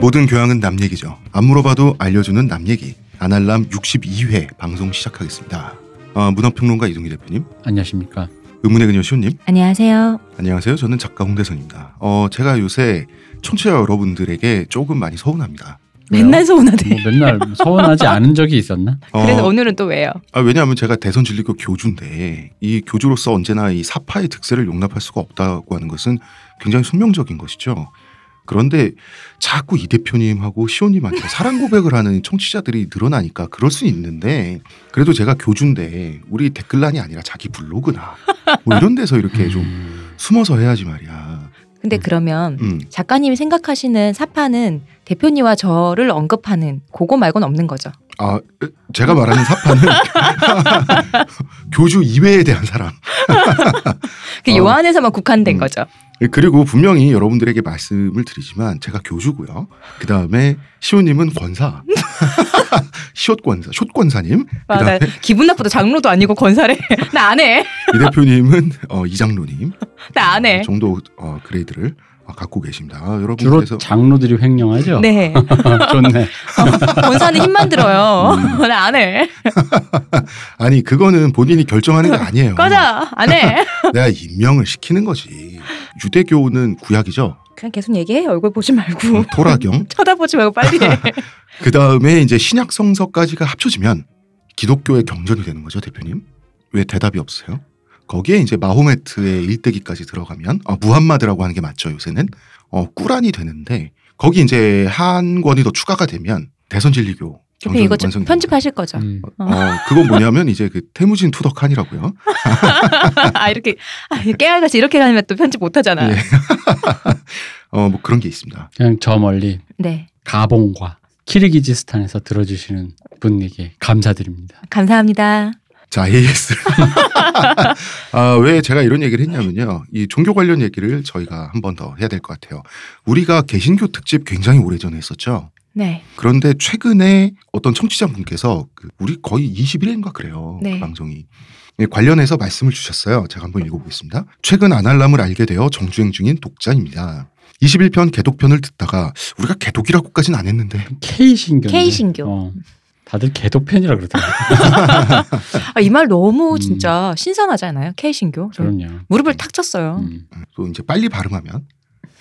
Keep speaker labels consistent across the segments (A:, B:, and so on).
A: 모든 교양은 남 얘기죠. 안 물어봐도 알려주는 남 얘기. 아날람 62회 방송 시작하겠습니다. 아, 문화평론가 이동기 대표님,
B: 안녕하십니까.
A: 의문의 그녀 시호님,
C: 안녕하세요.
A: 안녕하세요. 저는 작가 홍대선입니다. 어, 제가 요새 청취자 여러분들에게 조금 많이 서운합니다.
C: 맨날
B: 뭐
C: 서운하대.
B: 맨날 서운하지 않은 적이 있었나?
A: 어,
C: 그래서 오늘은 또 왜요?
A: 아, 왜냐하면 제가 대선 진리교 교주인데 이 교주로서 언제나 이 사파의 득세를 용납할 수가 없다고 하는 것은 굉장히 숙명적인 것이죠. 그런데 자꾸 이 대표님하고 시호님한테 사랑 고백을 하는 청취자들이 늘어나니까 그럴 수 있는데 그래도 제가 교주인데 우리 댓글란이 아니라 자기 블로그나 뭐 이런 데서 이렇게 좀
B: 음,
A: 숨어서 해야지 말이야.
C: 근데 그러면
A: 음.
C: 작가님이 생각하시는 사파는 대표님과 저를 언급하는 그거 말고는 없는 거죠.
A: 아, 제가 말하는 사파는 교주 이외에 대한 사람.
C: 그
A: 어.
C: 요한에서만 국한된
A: 음.
C: 거죠.
A: 그리고 분명히 여러분들에게 말씀을 드리지만 제가 교주고요. 그 다음에 시호님은 권사, 시옷 권사, 숏 권사님,
C: 아,
A: 그다음에
C: 나 기분 나쁘다. 장로도 아니고 권사래. 나 안 해.
A: 이 대표님은 어, 이장로님
C: 나 안 해.
A: 정도 어, 그레이드를 어, 갖고 계십니다.
B: 주로
A: 여러분께서
B: 장로들이
A: 아,
B: 횡령하죠. 아,
C: 네.
B: 좋네.
C: 권사는 힘만 들어요.
A: 음.
C: 나 안 해.
A: 아니 그거는 본인이 결정하는 게 아니에요.
C: 꺼져. 안 해.
A: 내가 임명을 시키는 거지. 유대교는 구약이죠.
C: 그냥 계속 얘기해. 얼굴 보지
A: 음.
C: 말고.
A: 토라경.
C: 쳐다보지 말고 빨리 해.
A: 그 다음에 이제 신약 성서까지가 합쳐지면 기독교의 경전이 되는 거죠, 대표님? 왜 대답이 없으세요? 거기에 이제 마호메트의 일대기까지 들어가면 어, 무함마드라고 하는 게 맞죠 요새는 어, 꾸란이 되는데 거기 이제 한 권이 더 추가가 되면 대선 진리교
C: 대표
A: 경전
C: 이거 좀
A: 완성
C: 편집하실 거죠.
B: 음.
A: 어, 그건 뭐냐면 이제 그 태무진 투덕 칸이라고요.
C: 아 이렇게 아, 깨알같이 이렇게 가면 또 편집 못 하잖아.
A: 예. 어, 뭐 그런 게 있습니다.
B: 그냥 저 멀리
C: 네.
B: 가봉과 키르기지스탄에서 들어주시는 분에게 감사드립니다.
C: 감사합니다.
A: 자, AS. 아, 왜 제가 이런 얘기를 했냐면요. 이 종교 관련 얘기를 저희가 한 번 더 해야 될 것 같아요. 우리가 개신교 특집 굉장히 오래전에 했었죠.
C: 네.
A: 그런데 최근에 어떤 청취자분께서 그 우리 거의 21회인가 그래요. 그
C: 네.
A: 방송이. 예, 관련해서 말씀을 주셨어요. 제가 한번 읽어보겠습니다. 최근 아날람을 알게 되어 정주행 중인 독자입니다. 21편 개독편을 듣다가 우리가 개독이라고까지는 안 했는데
B: K 신교.
C: K 신교.
B: 어. 다들 개독 팬이라 그러더라고요.
C: 아, 이 말 너무
B: 음.
C: 진짜 신선하지 않아요? 케이신교? 저
B: 그럼요.
C: 무릎을 탁 쳤어요.
B: 음.
A: 또 이제 빨리 발음하면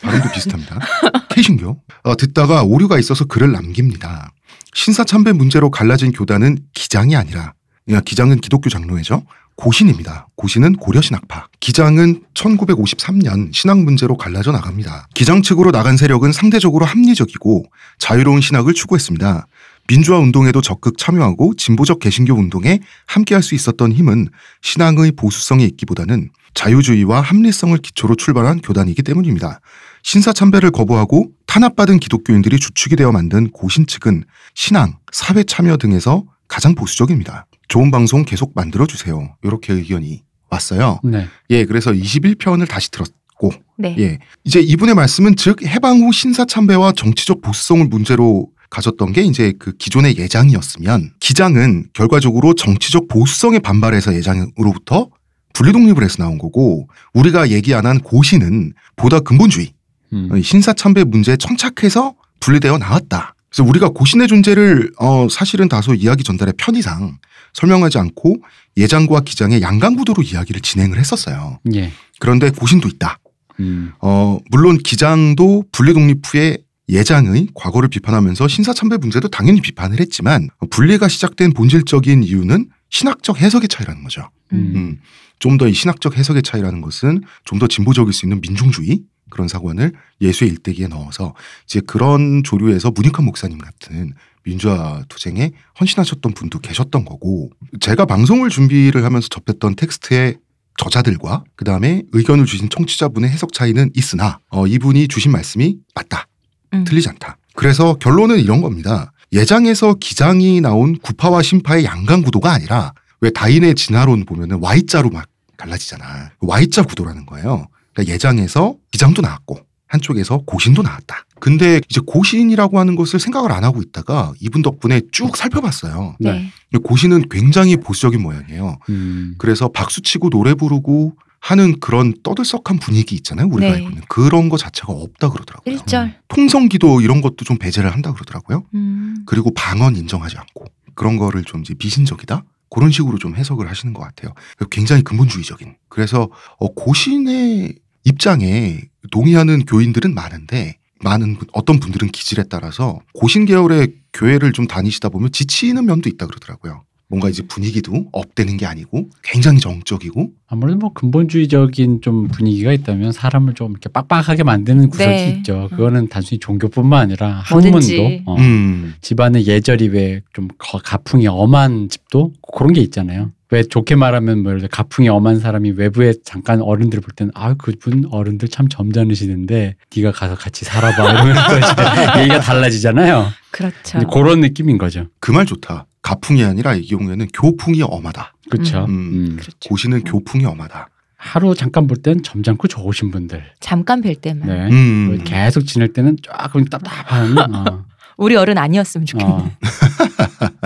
A: 발음도 비슷합니다. 케신교 어, 듣다가 오류가 있어서 글을 남깁니다. 신사참배 문제로 갈라진 교단은 기장이 아니라 야, 기장은 기독교 장로회죠. 고신입니다. 고신은 고려신학파. 기장은 1953년 신학 문제로 갈라져 나갑니다. 기장 측으로 나간 세력은 상대적으로 합리적이고 자유로운 신학을 추구했습니다. 민주화 운동에도 적극 참여하고 진보적 개신교 운동에 함께할 수 있었던 힘은 신앙의 보수성이 있기보다는 자유주의와 합리성을 기초로 출발한 교단이기 때문입니다. 신사참배를 거부하고 탄압받은 기독교인들이 주축이 되어 만든 고신 측은 신앙, 사회 참여 등에서 가장 보수적입니다. 좋은 방송 계속 만들어 주세요. 이렇게 의견이 왔어요.
B: 네.
A: 예, 그래서 21편을 다시 들었고
C: 네.
A: 예. 이제 이분의 말씀은 즉 해방 후 신사참배와 정치적 보수성을 문제로 가졌던 게 이제 그 기존의 예장이었으면 기장은 결과적으로 정치적 보수성에 반발해서 예장으로부터 분리 독립을 해서 나온 거고 우리가 얘기 안 한 고신은 보다 근본주의
B: 음.
A: 어, 신사참배 문제에 천착해서 분리되어 나왔다. 그래서 우리가 고신의 존재를 어, 사실은 다소 이야기 전달의 편의상 설명하지 않고 예장과 기장의 양강구도로 이야기를 진행을 했었어요.
B: 예.
A: 그런데 고신도 있다.
B: 음.
A: 어, 물론 기장도 분리 독립 후에 예장의 과거를 비판하면서 신사참배 문제도 당연히 비판을 했지만 분리가 시작된 본질적인 이유는 신학적 해석의 차이라는 거죠.
C: 음.
B: 음.
A: 음, 좀 더 이 신학적 해석의 차이라는 것은 좀 더 진보적일 수 있는 민중주의 그런 사관을 예수의 일대기에 넣어서 이제 그런 조류에서 문익환 목사님 같은 민주화 투쟁에 헌신하셨던 분도 계셨던 거고 제가 방송을 준비를 하면서 접했던 텍스트의 저자들과 그 다음에 의견을 주신 청취자분의 해석 차이는 있으나 어, 이분이 주신 말씀이 맞다
C: 음.
A: 틀리지 않다 그래서 결론은 이런 겁니다 예장에서 기장이 나온 구파와 신파의 양강 구도가 아니라 왜 다인의 진화론 보면은 Y자로 막 갈라지잖아. Y자 구도라는 거예요. 그러니까 예장에서 기장도 나왔고 한쪽에서 고신도 나왔다. 근데 이제 고신이라고 하는 것을 생각을 안 하고 있다가 이분 덕분에 쭉 살펴봤어요.
C: 네.
A: 근데 고신은 굉장히 보수적인 모양이에요.
B: 음.
A: 그래서 박수치고 노래 부르고 하는 그런 떠들썩한 분위기 있잖아요. 우리가
C: 네.
A: 알고 있는 그런 거 자체가 없다 그러더라고요.
C: 일절
A: 통성기도 이런 것도 좀 배제를 한다 그러더라고요.
C: 음.
A: 그리고 방언 인정하지 않고 그런 거를 좀 이제 비신적이다 그런 식으로 좀 해석을 하시는 것 같아요. 굉장히 근본주의적인. 그래서 어, 고신의 입장에 동의하는 교인들은 많은데 많은 분- 어떤 분들은 기질에 따라서 고신 계열의 교회를 좀 다니시다 보면 지치는 면도 있다 그러더라고요. 뭔가 이제 분위기도 업되는 게 아니고 굉장히 정적이고
B: 아무래도 뭐 근본주의적인 좀 분위기가 있다면 사람을 좀 이렇게 빡빡하게 만드는 구석이
C: 네.
B: 있죠. 그거는 단순히 종교뿐만 아니라
C: 뭐든지.
B: 학문도 어,
A: 음,
B: 집안의 예절이 왜 좀 가풍이 엄한 집도 그런 게 있잖아요. 왜 좋게 말하면 뭐 예를 들어 가풍이 엄한 사람이 외부에 잠깐 어른들 볼 때는 아 그분 어른들 참 점잖으시는데 네가 가서 같이 살아봐 이러면서 이제 얘기가 달라지잖아요.
C: 그렇죠.
B: 근데 그런 느낌인 거죠.
A: 그 말 좋다. 가풍이 아니라 이 경우에는 교풍이 엄하다.
B: 그렇죠.
A: 음.
B: 음.
C: 그렇죠.
A: 고신은 교풍이 엄하다.
B: 하루 잠깐 볼 땐 점잖고 좋으신 분들.
C: 잠깐 뵐 때만
B: 네.
A: 음.
B: 계속 지낼 때는 조금 답답한 어,
C: 우리 어른 아니었으면 좋겠네.
B: 어.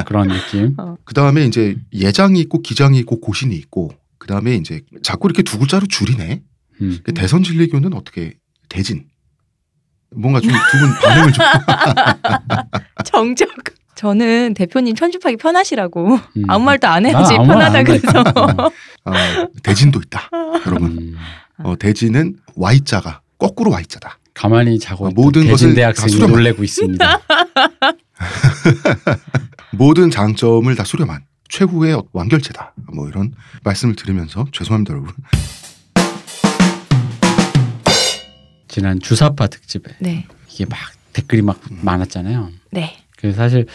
B: 그런 느낌.
A: 그 다음에 이제 예장이 있고 기장이 있고 고신이 있고 그 다음에 이제 자꾸 이렇게 두 글자로 줄이네.
B: 음.
A: 그 대선 진리교는 어떻게 대진? 뭔가 좀 두 분 반응을 좀
C: 정적. 저는 대표님 편집하기 편하시라고
B: 음.
C: 아무 말도 안
B: 나
C: 해야지
B: 아무 말안
C: 편하다
B: 한다
C: 그래서.
B: 했잖아.
A: 아, 대진도 있다. 여러분
B: 음.
A: 어, 대진은 Y자가 거꾸로 Y자다.
B: 가만히 자고
A: 아,
B: 있던
A: 모든
B: 대진
A: 것을 다
B: 대학생이
A: 수렴-
B: 놀래고 있습니다.
A: 모든 장점을 다 수렴한 최후의 완결체다. 뭐 이런 말씀을 드리면서 죄송합니다 여러분.
B: 지난 주사파 특집에
C: 네.
B: 이게 막 댓글이 막
A: 음.
B: 많았잖아요.
C: 네.
B: 그래서 사실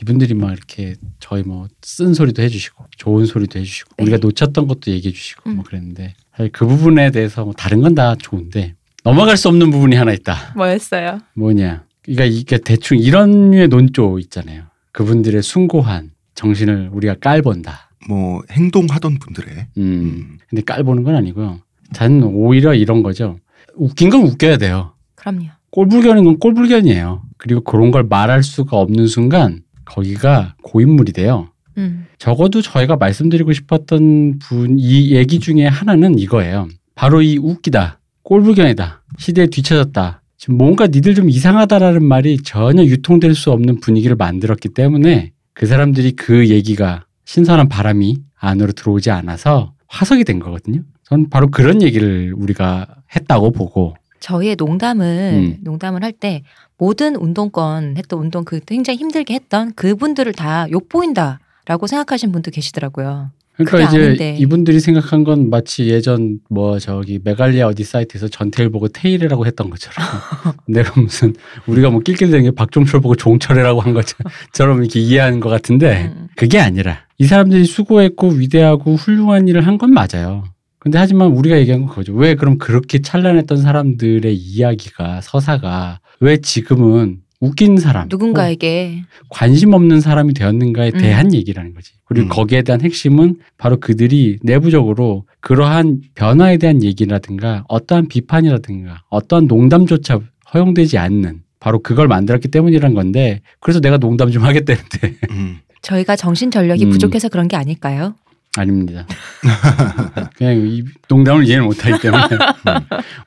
B: 이분들이 막 이렇게 저희 뭐 쓴 소리도 해주시고 좋은 소리도 해주시고
C: 네.
B: 우리가 놓쳤던 것도 얘기해주시고
C: 음.
B: 뭐 그랬는데 사실 그 부분에 대해서 뭐 다른 건 다 좋은데 넘어갈 수 없는 부분이 하나 있다.
C: 뭐였어요?
B: 뭐냐. 그러니까 이게 대충 이런 류의 논조 있잖아요. 그분들의 숭고한 정신을 우리가 깔본다.
A: 뭐 행동하던 분들의
B: 음.
A: 음,
B: 근데 깔보는 건 아니고요. 저는 오히려 이런 거죠. 웃긴 건 웃겨야 돼요.
C: 그럼요.
B: 꼴불견인 건 꼴불견이에요. 그리고 그런 걸 말할 수가 없는 순간 거기가 고인물이 돼요.
C: 음.
B: 적어도 저희가 말씀드리고 싶었던 분 이 얘기 중에 하나는 이거예요. 바로 이 웃기다, 꼴불견이다, 시대에 뒤처졌다. 지금 뭔가 니들 좀 이상하다라는 말이 전혀 유통될 수 없는 분위기를 만들었기 때문에 그 사람들이 그 얘기가 신선한 바람이 안으로 들어오지 않아서 화석이 된 거거든요. 저는 바로 그런 얘기를 우리가 했다고 보고
C: 저희의 농담을
B: 음.
C: 농담을 할 때 모든 운동권 했던 운동 그 굉장히 힘들게 했던 그분들을 다 욕 보인다라고 생각하신 분도 계시더라고요.
B: 그러니까
C: 그게
B: 이제
C: 아닌데.
B: 이분들이 생각한 건 마치 예전 뭐 저기 메갈리아 어디 사이트에서 전태일 보고 테일이라고 했던 것처럼 내가 무슨 우리가 뭐 낄낄대는 게 박종철 보고 종철이라고 한 것처럼 이렇게 이해하는 것 같은데
C: 음.
B: 그게 아니라 이 사람들이 수고했고 위대하고 훌륭한 일을 한 건 맞아요. 근데 하지만 우리가 얘기한 건 그거죠. 왜 그럼 그렇게 찬란했던 사람들의 이야기가 서사가 왜 지금은 웃긴 사람 혹은
C: 누군가에게
B: 관심 없는 사람이 되었는가에
C: 음.
B: 대한 얘기라는 거지. 그리고
A: 음.
B: 거기에 대한 핵심은 바로 그들이 내부적으로 그러한 변화에 대한 얘기라든가 어떠한 비판이라든가 어떠한 농담조차 허용되지 않는 바로 그걸 만들었기 때문이라는 건데 그래서 내가 농담 좀 하겠다는데
A: 음,
C: 저희가 정신 전력이
B: 음.
C: 부족해서 그런 게 아닐까요?
B: 아닙니다. 그냥 이 농담을 이해를 못하기 때문에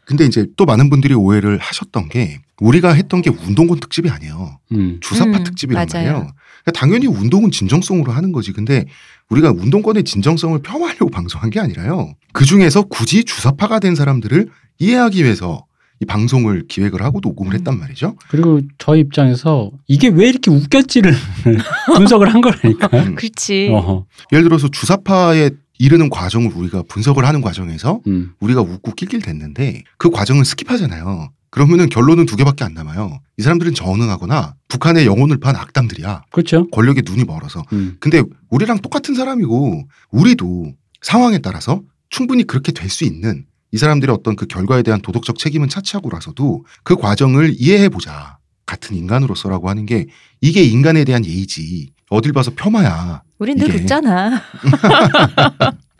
A: 근데 이제 또 많은 분들이 오해를 하셨던 게 우리가 했던 게 운동권 특집이 아니에요.
B: 음.
A: 주사파
C: 음,
A: 특집이란
C: 맞아요.
A: 말이에요. 그러니까 당연히 운동은 진정성으로 하는 거지. 근데 우리가 운동권의 진정성을 폄하하려고 방송한 게 아니라요. 그 중에서 굳이 주사파가 된 사람들을 이해하기 위해서 이 방송을 기획을 하고 녹음을
C: 음.
A: 했단 말이죠.
B: 그리고 저희 입장에서 이게 왜 이렇게 웃겼지를 분석을 한 거라니까.
C: 어?
A: 음.
C: 그렇지.
B: 어허.
A: 예를 들어서 주사파에 이르는 과정을 우리가 분석을 하는 과정에서
B: 음.
A: 우리가 웃고 낄낄 됐는데 그 과정을 스킵하잖아요. 그러면은 결론은 두 개밖에 안 남아요. 이 사람들은 저항하거나 북한의 영혼을 판 악당들이야.
B: 그렇죠.
A: 권력에 눈이 멀어서.
B: 음.
A: 근데 우리랑 똑같은 사람이고 우리도 상황에 따라서 충분히 그렇게 될 수 있는 이 사람들의 어떤 그 결과에 대한 도덕적 책임은 차치하고라서도 그 과정을 이해해 보자. 같은 인간으로서라고 하는 게 이게 인간에 대한 예의지. 어딜 봐서 폄하야.
C: 우린 늘
A: 이게-
C: 웃잖아.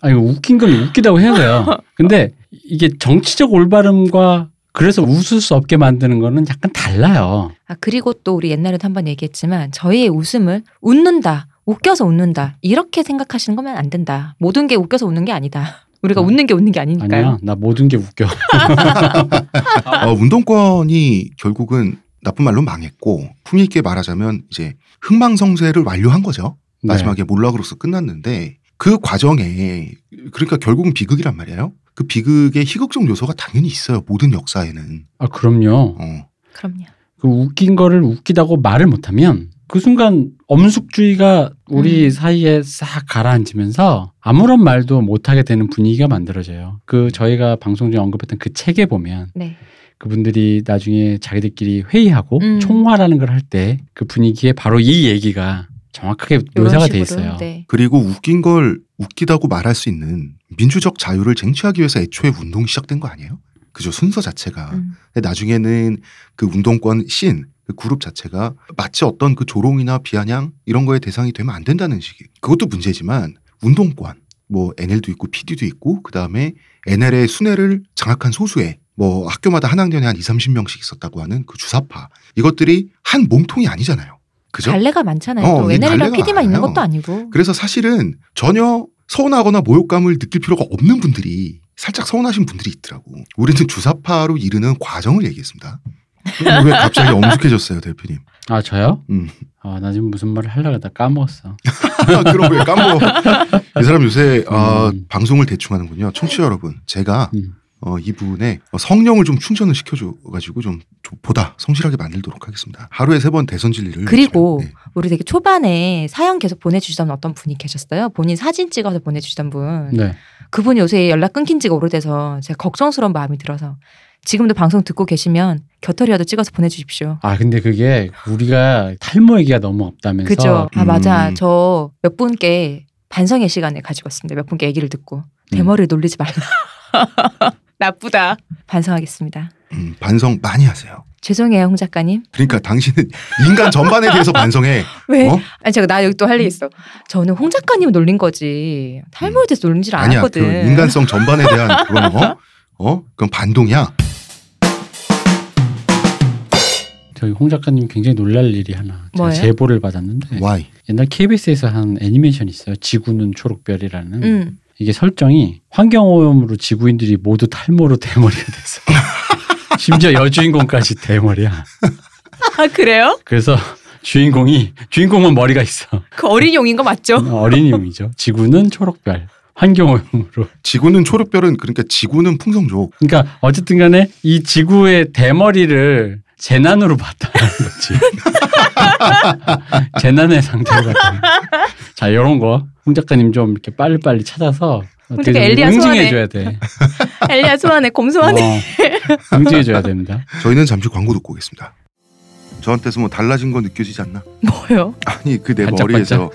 B: 아니 웃긴 건 웃기다고 해야 돼요. 근데 이게 정치적 올바름과 그래서 웃을 수 없게 만드는 거는 약간 달라요.
C: 아, 그리고 또 우리 옛날에도 한번 얘기했지만 저희의 웃음을 웃는다. 웃겨서 웃는다. 이렇게 생각하시는 거면 안 된다. 모든 게 웃겨서 웃는 게 아니다. 우리가
B: 음.
C: 웃는 게 웃는 게 아니니까요.
B: 아니야, 나 모든 게 웃겨.
A: 어, 운동권이 결국은 나쁜 말로 망했고 품위 있게 말하자면 이제 흥망성쇠를 완료한 거죠.
B: 네.
A: 마지막에 몰락으로서 끝났는데 그 과정에 그러니까 결국은 비극이란 말이에요. 그 비극의 희극적 요소가 당연히 있어요. 모든 역사에는.
B: 아 그럼요.
A: 어.
C: 그럼요.
B: 그 웃긴 거를 웃기다고 말을 못하면 그 순간 엄숙주의가 우리
C: 음.
B: 사이에 싹 가라앉으면서 아무런 말도 못하게 되는 분위기가 만들어져요. 그 저희가 방송 중에 언급했던 그 책에 보면
C: 네.
B: 그분들이 나중에 자기들끼리 회의하고
C: 음.
B: 총화라는 걸 할 때 그 분위기에 바로 이 얘기가 정확하게
C: 요런
B: 묘사가 돼
C: 식으로.
B: 있어요.
C: 네.
A: 그리고 웃긴 걸 웃기다고 말할 수 있는 민주적 자유를 쟁취하기 위해서 애초에 운동이 시작된 거 아니에요? 그죠 순서 자체가
C: 음.
A: 근데 나중에는 그 운동권 씬, 그 그룹 자체가 마치 어떤 그 조롱이나 비아냥 이런 거에 대상이 되면 안 된다는 식이. 그것도 문제지만 운동권, 뭐 NL도 있고 PD도 있고 그다음에 NL의 순회를 장악한 소수의 뭐 학교마다 한 학년에 한 2, 30명씩 있었다고 하는 그 주사파. 이것들이 한 몸통이 아니잖아요. 그죠?
C: 갈래가 많잖아요.
A: 어,
C: 또
A: 네,
C: NL이랑
A: 갈래가
C: PD만 있는
A: 많아요.
C: 것도 아니고.
A: 그래서 사실은 전혀 서운하거나 모욕감을 느낄 필요가 없는 분들이 살짝 서운하신 분들이 있더라고. 우리는 주사파로 이르는 과정을 얘기했습니다. 어, 왜 갑자기 엄숙해졌어요, 대표님?
B: 아 저요?
A: 음.
B: 아 나 지금 무슨 말을 하려고 하다 까먹었어.
A: 아, 그럼 왜 까먹어? 이 사람 요새 아,
B: 음.
A: 방송을 대충 하는군요. 청취자 여러분, 제가
B: 음.
A: 어, 이분의 성령을 좀 충전을 시켜줘가지고 좀, 좀 보다 성실하게 만들도록 하겠습니다. 하루에 세 번 대선 진리를
C: 그리고
A: 네.
C: 우리 되게 초반에 사연 계속 보내주시던 어떤 분이 계셨어요. 본인 사진 찍어서 보내주시던 분.
B: 네.
C: 그분이 요새 연락 끊긴 지가 오래돼서 제가 걱정스러운 마음이 들어서 지금도 방송 듣고 계시면 겨털이라도 찍어서 보내주십시오.
B: 아 근데 그게 우리가 탈모 얘기가 너무 없다면서
C: 그죠? 아
A: 음.
C: 맞아. 저 몇 분께 반성의 시간을 가지고 왔습니다. 몇 분께 얘기를
A: 음.
C: 듣고
B: 음.
C: 대머리를 놀리지 말라. 나쁘다. 반성하겠습니다.
A: 음, 반성 많이 하세요.
C: 죄송해요, 홍 작가님.
A: 그러니까 당신은 인간 전반에 대해서 반성해.
C: 왜?
A: 어?
C: 아니 제가 나 여기 또 할 얘기 있어. 저는 홍 작가님 놀린 거지 탈모에 대해서 놀린 줄
A: 아니야, 그
C: 알았거든.
A: 인간성 전반에 대한 그런 거. 어? 그건 반동이야.
B: 저희 홍 작가님 굉장히 놀랄 일이 하나 제가
C: 뭐예요?
B: 제보를 받았는데
A: Why?
B: 옛날 KBS에서 한 애니메이션이 있어요. 지구는 초록별이라는
C: 음.
B: 이게 설정이 환경오염으로 지구인들이 모두 탈모로 대머리가 됐어. 심지어 여주인공까지 대머리야.
C: 아 그래요?
B: 그래서 주인공이 주인공은 머리가 있어.
C: 그 어린 용인 거
A: 음.
C: 맞죠?
B: 어린이용이죠. 지구는 초록별. 환경오염으로.
A: 지구는 초록별은 그러니까 지구는 풍성족.
B: 그러니까 어쨌든 간에 이 지구의 대머리를 재난으로 봤다는 거지. 재난의 상태로 봤다. 자, 이런 거. 홍 작가님 좀 이렇게 빨리빨리 찾아서 어떻게
C: 작가 엘리야
B: 좀
C: 소환해.
B: 응징해줘야 돼.
C: 엘리야 소환해 곰소환해.
B: 어, 응징해줘야 됩니다.
A: 저희는 잠시 광고 듣고 오겠습니다. 저한테서 뭐 달라진 거 느껴지지 않나?
C: 뭐요?
A: 아니 그 내
B: 반짝반짝?
A: 머리에서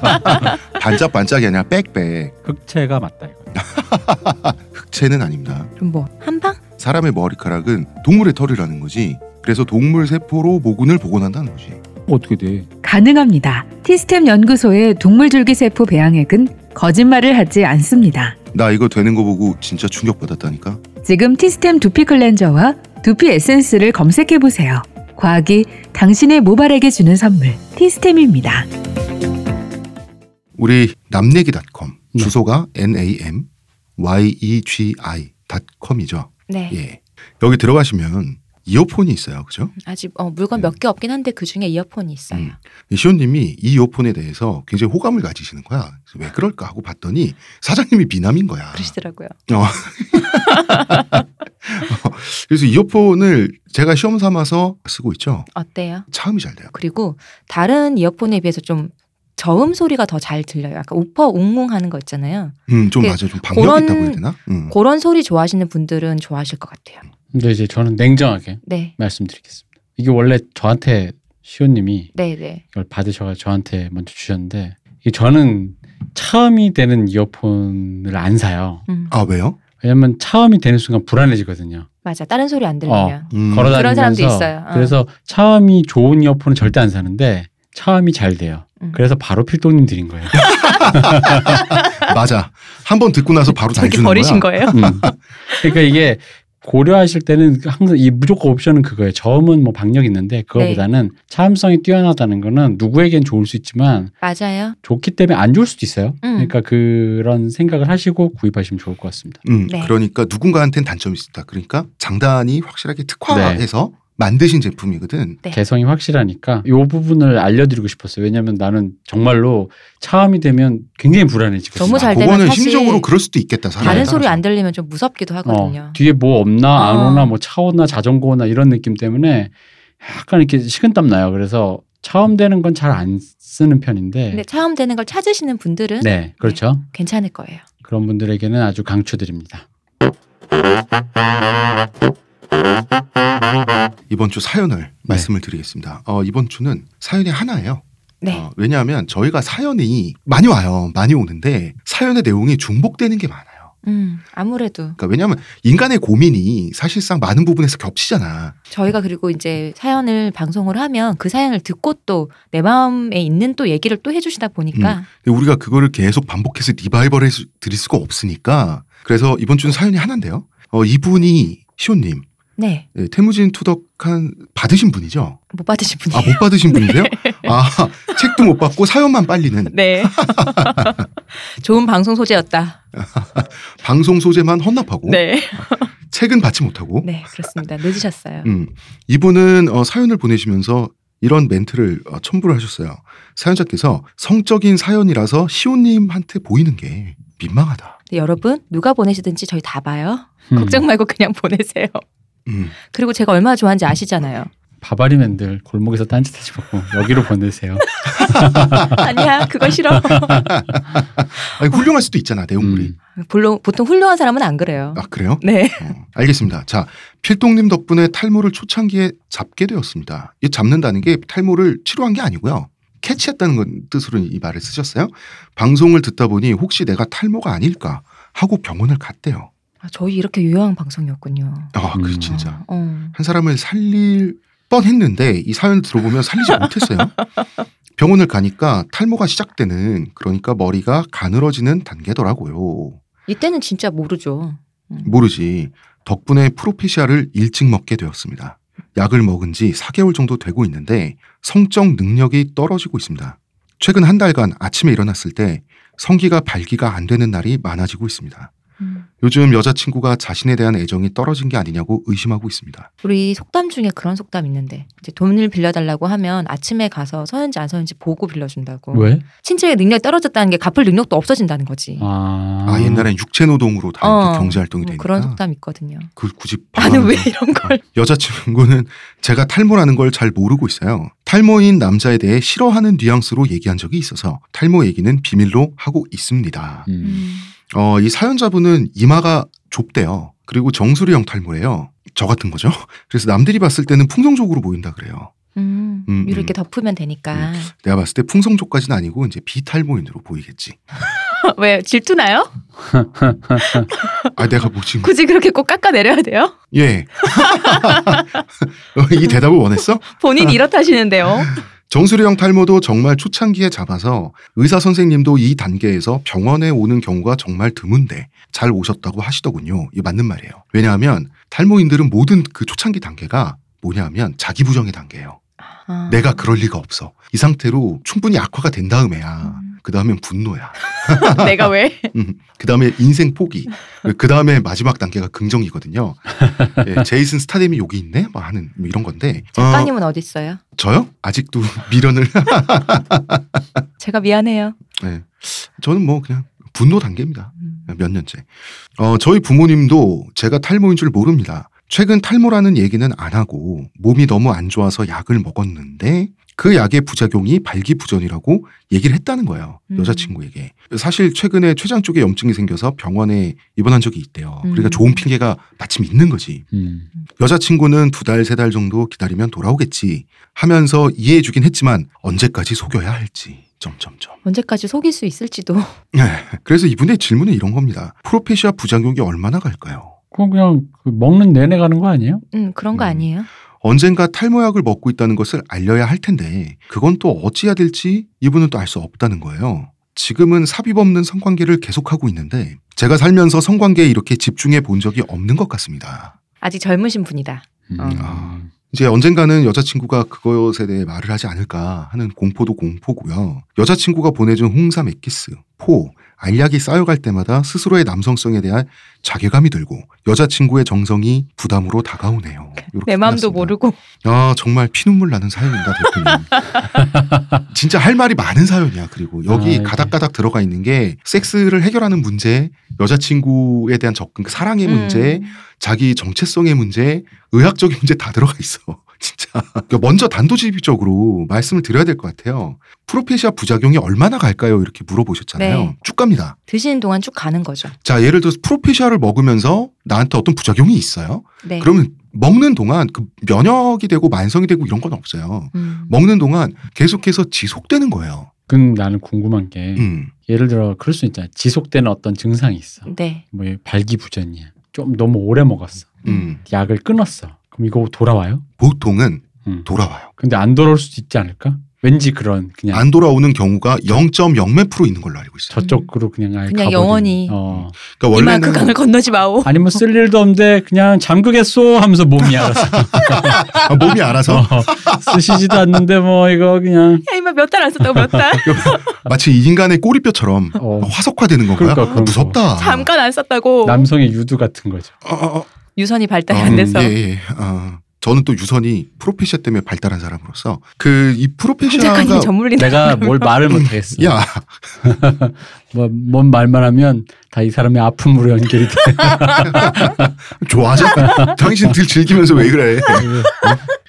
A: 반짝반짝이 아니라 빽빽
D: 흑채가 맞다 이거.
A: 흑채는 아닙니다.
C: 그럼 뭐 한방?
A: 사람의 머리카락은 동물의 털이라는 거지. 그래서 동물 세포로 모근을 복원한다는 거지.
D: 어떻게 돼?
E: 가능합니다. 티스템 연구소의 동물줄기세포 배양액은 거짓말을 하지 않습니다.
A: 나 이거 되는 거 보고 진짜 충격받았다니까.
E: 지금 티스템 두피 클렌저와 두피 에센스를 검색해 보세요. 과학이 당신의 모발에게 주는 선물, 티스템입니다.
A: 우리 남내기닷컴
B: 네.
A: 주소가 n a m y e g i .com이죠.
C: 네.
A: 예. 여기 들어가시면 이어폰이 있어요. 그죠?
C: 아직 어, 물건 몇 개 없긴 한데 그 중에 이어폰이 있어요.
A: 음. 이 시온님이 이 이어폰에 대해서 굉장히 호감을 가지시는 거야. 그래서 왜 그럴까 하고 봤더니 사장님이 미남인 거야.
C: 그러시더라고요.
A: 그래서 이어폰을 제가 시험 삼아서 쓰고 있죠.
C: 어때요?
A: 차음이 잘 돼요.
C: 그리고 다른 이어폰에 비해서 좀 저음 소리가 더 잘 들려요. 약간 우퍼 웅웅하는 거 있잖아요.
A: 음, 좀
C: 그
A: 맞아. 요좀 박력
C: 그런-
A: 있다고 해야 되나? 음.
C: 그런 소리 좋아하시는 분들은 좋아하실 것 같아요.
B: 근데 이제 저는 냉정하게
C: 네,
B: 말씀드리겠습니다. 이게 원래 저한테 시호님이
C: 네, 네.
B: 이걸 받으셔가 저한테 먼저 주셨는데 이게 저는 차음이 되는 이어폰을 안 사요.
C: 음,
A: 아 왜요?
B: 왜냐면 차음이 되는 순간 불안해지거든요.
C: 맞아. 다른 소리 안 들리면
A: 음.
B: 걸어다니면서
C: 그런 사람도 있어요. 어.
B: 그래서 차음이 좋은 이어폰은 절대 안 사는데 차음이 잘 돼요.
C: 음.
B: 그래서 바로 필동님 드린 거예요.
A: 맞아. 한 번 듣고 나서 바로
C: 저렇게
A: 단추는
C: 버리신
A: 거야.
C: 거예요?
B: 음. 그러니까 이게 고려하실 때는 항상 이 무조건 옵션은 그거예요. 저음은 뭐 박력 있는데 그거보다는
C: 네.
B: 차음성이 뛰어나다는 거는 누구에겐 좋을 수 있지만
C: 맞아요.
B: 좋기 때문에 안 좋을 수도 있어요.
C: 음.
B: 그러니까 그런 생각을 하시고 구입하시면 좋을 것 같습니다.
A: 음,
C: 네.
A: 그러니까 누군가한테는 단점이 있다. 그러니까 장단이 확실하게 특화해서 만드신 제품이거든.
C: 네.
B: 개성이 확실하니까 이 부분을 알려드리고 싶었어요. 왜냐하면 나는 정말로 차음이 되면 굉장히 불안해지거든요. 아,
C: 너무 잘 되면
A: 그거는
C: 사실
A: 심리적으로 그럴 수도 있겠다. 사람에
C: 다른
A: 따라서.
C: 소리 안 들리면 좀 무섭기도
B: 어,
C: 하거든요.
B: 뒤에 뭐 없나 안
C: 어.
B: 오나 뭐 차 오나 자전거 오나 이런 느낌 때문에 약간 이렇게 식은땀 나요. 그래서 차음되는 건 잘 안 쓰는 편인데
C: 근데 차음되는 걸 찾으시는 분들은
B: 네, 그렇죠.
C: 괜찮을 거예요.
B: 그런 분들에게는 아주 강추드립니다.
A: 이번 주 사연을 말씀을 드리겠습니다. 어, 이번 주는 사연이 하나예요.
C: 네.
A: 어, 왜냐하면 저희가 사연이 많이 와요. 많이 오는데 사연의 내용이 중복되는 게 많아요.
C: 음, 아무래도
A: 그러니까 왜냐하면 인간의 고민이 사실상 많은 부분에서 겹치잖아.
C: 저희가 그리고 이제 사연을 방송을 하면 그 사연을 듣고 또 내 마음에 있는 또 얘기를 또 해주시다 보니까
A: 근데 우리가 그거를 계속 반복해서 리바이벌 해 드릴 수가 없으니까 그래서 이번 주는 사연이 하나인데요. 어, 이분이 시온님
C: 네.
A: 예, 태무진 투덕한 받으신 분이죠?
C: 못 받으신 분이
A: 아 못 받으신 분이세요? 아 책도 못 받고 사연만 빨리는
C: 네. 좋은 방송 소재였다.
A: 방송 소재만 헌납하고
C: 네.
A: 책은 받지 못하고
C: 네, 그렇습니다. 늦으셨어요.
A: 음, 이분은 어, 사연을 보내시면서 이런 멘트를 어, 첨부를 하셨어요. 사연자께서 성적인 사연이라서 시온님한테 보이는 게 민망하다.
C: 근데 여러분, 누가 보내시든지 저희 다 봐요.
B: 음,
C: 걱정 말고 그냥 보내세요.
A: 음,
C: 그리고 제가 얼마나 좋아하는지 아시잖아요.
B: 바바리맨들 골목에서 딴짓하지 말고 여기로 보내세요.
C: 아니야, 그거 싫어.
A: 아니, 훌륭할 수도 있잖아 내용물이.
B: 음,
C: 물론 보통 훌륭한 사람은 안 그래요.
A: 아 그래요?
C: 네.
A: 어, 알겠습니다. 자, 필동님 덕분에 탈모를 초창기에 잡게 되었습니다. 이 잡는다는 게 탈모를 치료한 게 아니고요. 캐치했다는 건 뜻으로 이 말을 쓰셨어요. 방송을 듣다 보니 혹시 내가 탈모가 아닐까 하고 병원을 갔대요.
C: 아, 저희 이렇게 유용한 방송이었군요.
A: 아, 그
B: 음.
A: 진짜.
C: 어, 어.
A: 한 사람을 살릴 뻔했는데 이 사연을 들어보면 살리지 못했어요. 병원을 가니까 탈모가 시작되는 그러니까 머리가 가늘어지는 단계더라고요.
C: 이때는 진짜 모르죠.
A: 모르지. 덕분에 프로피시아를 일찍 먹게 되었습니다. 약을 먹은 지 4개월 정도 되고 있는데 성적 능력이 떨어지고 있습니다. 최근 한 달간 아침에 일어났을 때 성기가 발기가 안 되는 날이 많아지고 있습니다.
C: 음.
A: 요즘 여자친구가 자신에 대한 애정이 떨어진 게 아니냐고 의심하고 있습니다.
C: 우리 속담 중에 그런 속담 있는데 이제 돈을 빌려달라고 하면 아침에 가서 서는지 안 서는지 보고
A: 음.
C: 빌려준다고.
B: 왜?
C: 신체의 능력이 떨어졌다는 게 갚을 능력도 없어진다는 거지.
B: 아,
A: 아, 옛날엔 육체노동으로 다 이렇게
C: 음. 어,
A: 경제활동이
C: 뭐
A: 되니까
C: 그런 속담 있거든요.
A: 그 굳이
C: 나는 왜
A: 반항하지.
C: 이런 걸?
A: 여자친구는 제가 탈모라는 걸 잘 모르고 있어요. 탈모인 남자에 대해 싫어하는 뉘앙스로 얘기한 적이 있어서 탈모 얘기는 비밀로 하고 있습니다.
B: 음,
A: 어, 이 사연자분은 이마가 좁대요. 그리고 정수리형 탈모예요. 저 같은 거죠. 그래서 남들이 봤을 때는 풍성족으로 보인다 그래요.
C: 음,
A: 음,
C: 이렇게 덮으면 되니까.
A: 내가 봤을 때 풍성족까지는 아니고 이제 비탈모인으로 보이겠지.
C: 어, 왜 질투나요?
A: 아, 내가 뭐 지금
C: 굳이 그렇게 꼭 깎아 내려야 돼요?
A: 예. 이 대답을 원했어? 아.
C: 본인이 이렇다시는데요.
A: 정수리형 탈모도 정말 초창기에 잡아서 의사 선생님도 이 단계에서 병원에 오는 경우가 정말 드문데 잘 오셨다고 하시더군요. 이게 맞는 말이에요. 왜냐하면 탈모인들은 모든 그 초창기 단계가 뭐냐면 자기 부정의 단계예요.
C: 아.
A: 내가 그럴 리가 없어. 이 상태로 충분히 악화가 된 다음에야.
C: 음.
A: 그 다음엔 분노야.
C: 내가 왜?
A: 그 다음에 인생 포기. 그 다음에 마지막 단계가 긍정이거든요. 예, 제이슨 스타뎀이 여기 있네? 뭐 하는 뭐 이런 건데. 어,
C: 작가님은 어... 딨어요
A: 저요? 아직도 미련을
C: 제가 미안해요.
A: 네. 저는 뭐 그냥 분노 단계입니다.
C: 음.
A: 몇 년째. 어, 저희 부모님도 제가 탈모인 줄 모릅니다. 최근 탈모라는 얘기는 안 하고 몸이 너무 안 좋아서 약을 먹었는데 그 약의 부작용이 발기부전이라고 얘기를 했다는 거예요.
C: 음.
A: 여자친구에게. 사실 최근에 췌장 쪽에 염증이 생겨서 병원에 입원한 적이 있대요. 그러니까
C: 음.
A: 좋은 핑계가 마침 있는 거지.
B: 음.
A: 여자친구는 두 달, 세 달 정도 기다리면 돌아오겠지 하면서 이해해주긴 했지만 언제까지 속여야 할지. 점점점.
C: 언제까지 속일 수 있을지도.
A: 그래서 이분의 질문은 이런 겁니다. 프로페시아 부작용이 얼마나 갈까요?
B: 그건 그냥 그 먹는 내내 가는 거 아니에요?
C: 음, 그런 거
A: 음.
C: 아니에요?
A: 언젠가 탈모약을 먹고 있다는 것을 알려야 할 텐데 그건 또 어찌해야 될지 이분은 또 알 수 없다는 거예요. 지금은 삽입 없는 성관계를 계속하고 있는데 제가 살면서 성관계에 이렇게 집중해 본 적이 없는 것 같습니다.
C: 아직 젊으신 분이다.
D: 음.
A: 아. 이제 언젠가는 여자친구가 그것에 대해 말을 하지 않을까 하는 공포도 공포고요. 여자친구가 보내준 홍삼 액기스, 포, 알약이 쌓여갈 때마다 스스로의 남성성에 대한 자괴감이 들고 여자친구의 정성이 부담으로 다가오네요. 이렇게
C: 내 마음도
A: 끝났습니다.
C: 모르고
A: 아 정말 피눈물 나는 사연입니다 대표님. 진짜 할 말이 많은 사연이야. 그리고
B: 아,
A: 여기
B: 이게.
A: 가닥가닥 들어가 있는 게 섹스를 해결하는 문제, 여자친구에 대한 접근, 그 사랑의 문제,
C: 음.
A: 자기 정체성의 문제, 의학적인 문제 다 들어가 있어. 진짜. 그러니까 먼저 단도직입적으로 말씀을 드려야 될 것 같아요. 프로페시아 부작용이 얼마나 갈까요? 이렇게 물어보셨잖아요.
C: 네.
A: 쭉 갑니다.
C: 드시는 동안 쭉 가는 거죠.
A: 자, 예를 들어서 프로페시아를 먹으면서 나한테 어떤 부작용이 있어요?
C: 네.
A: 그러면 먹는 동안 그 면역이 되고 만성이 되고 이런 건 없어요.
C: 음.
A: 먹는 동안 계속해서 지속되는 거예요.
B: 그럼 나는 궁금한 게
A: 음.
B: 예를 들어 그럴 수 있잖아. 지속되는 어떤 증상이 있어.
C: 네.
B: 뭐 발기부전이야. 좀 너무 오래 먹었어.
A: 음.
B: 약을 끊었어. 그럼 이거 돌아와요?
A: 보통은
B: 음.
A: 돌아와요.
B: 근데 안 돌아올 수도 있지 않을까? 왠지 그런 그냥
A: 안 돌아오는 경우가 0.0몇 프로 있는 걸로 알고 있어요.
B: 저쪽으로 그냥 아예
C: 그냥
B: 가버리는.
C: 영원히.
B: 어.
A: 그러니까
C: 이만큼
A: 원래는
C: 강을 건너지 마오.
B: 아니 뭐 쓸 일도 없는데 그냥 잠그겠소 하면서 몸이 알아서
A: 아, 몸이 알아서
B: 어, 쓰시지도 않는데 뭐 이거 그냥
C: 야 이만 몇 달 안 썼다고 몇 달.
A: 마치 이 인간의 꼬리뼈처럼
B: 어,
A: 화석화되는 건가요? 아,
B: 그러니까 그런 거.
A: 무섭다.
C: 잠깐 안 썼다고.
B: 남성의 유두 같은 거죠.
A: 어, 어, 어.
C: 유선이 발달이 네, 안
A: 음,
C: 돼서.
A: 예, 예. 어, 저는 또 유선이 프로페시아 때문에 발달한 사람으로서 그 이
C: 작가님
A: 프로페시아가
C: 전물리나
B: 내가 뭘 말을 못하겠어.
A: 야
B: 뭐, 뭔 말만 하면 다 이 사람의 아픔으로 연결이 돼.
A: 좋아하죠? 당신들 즐기면서 왜 그래?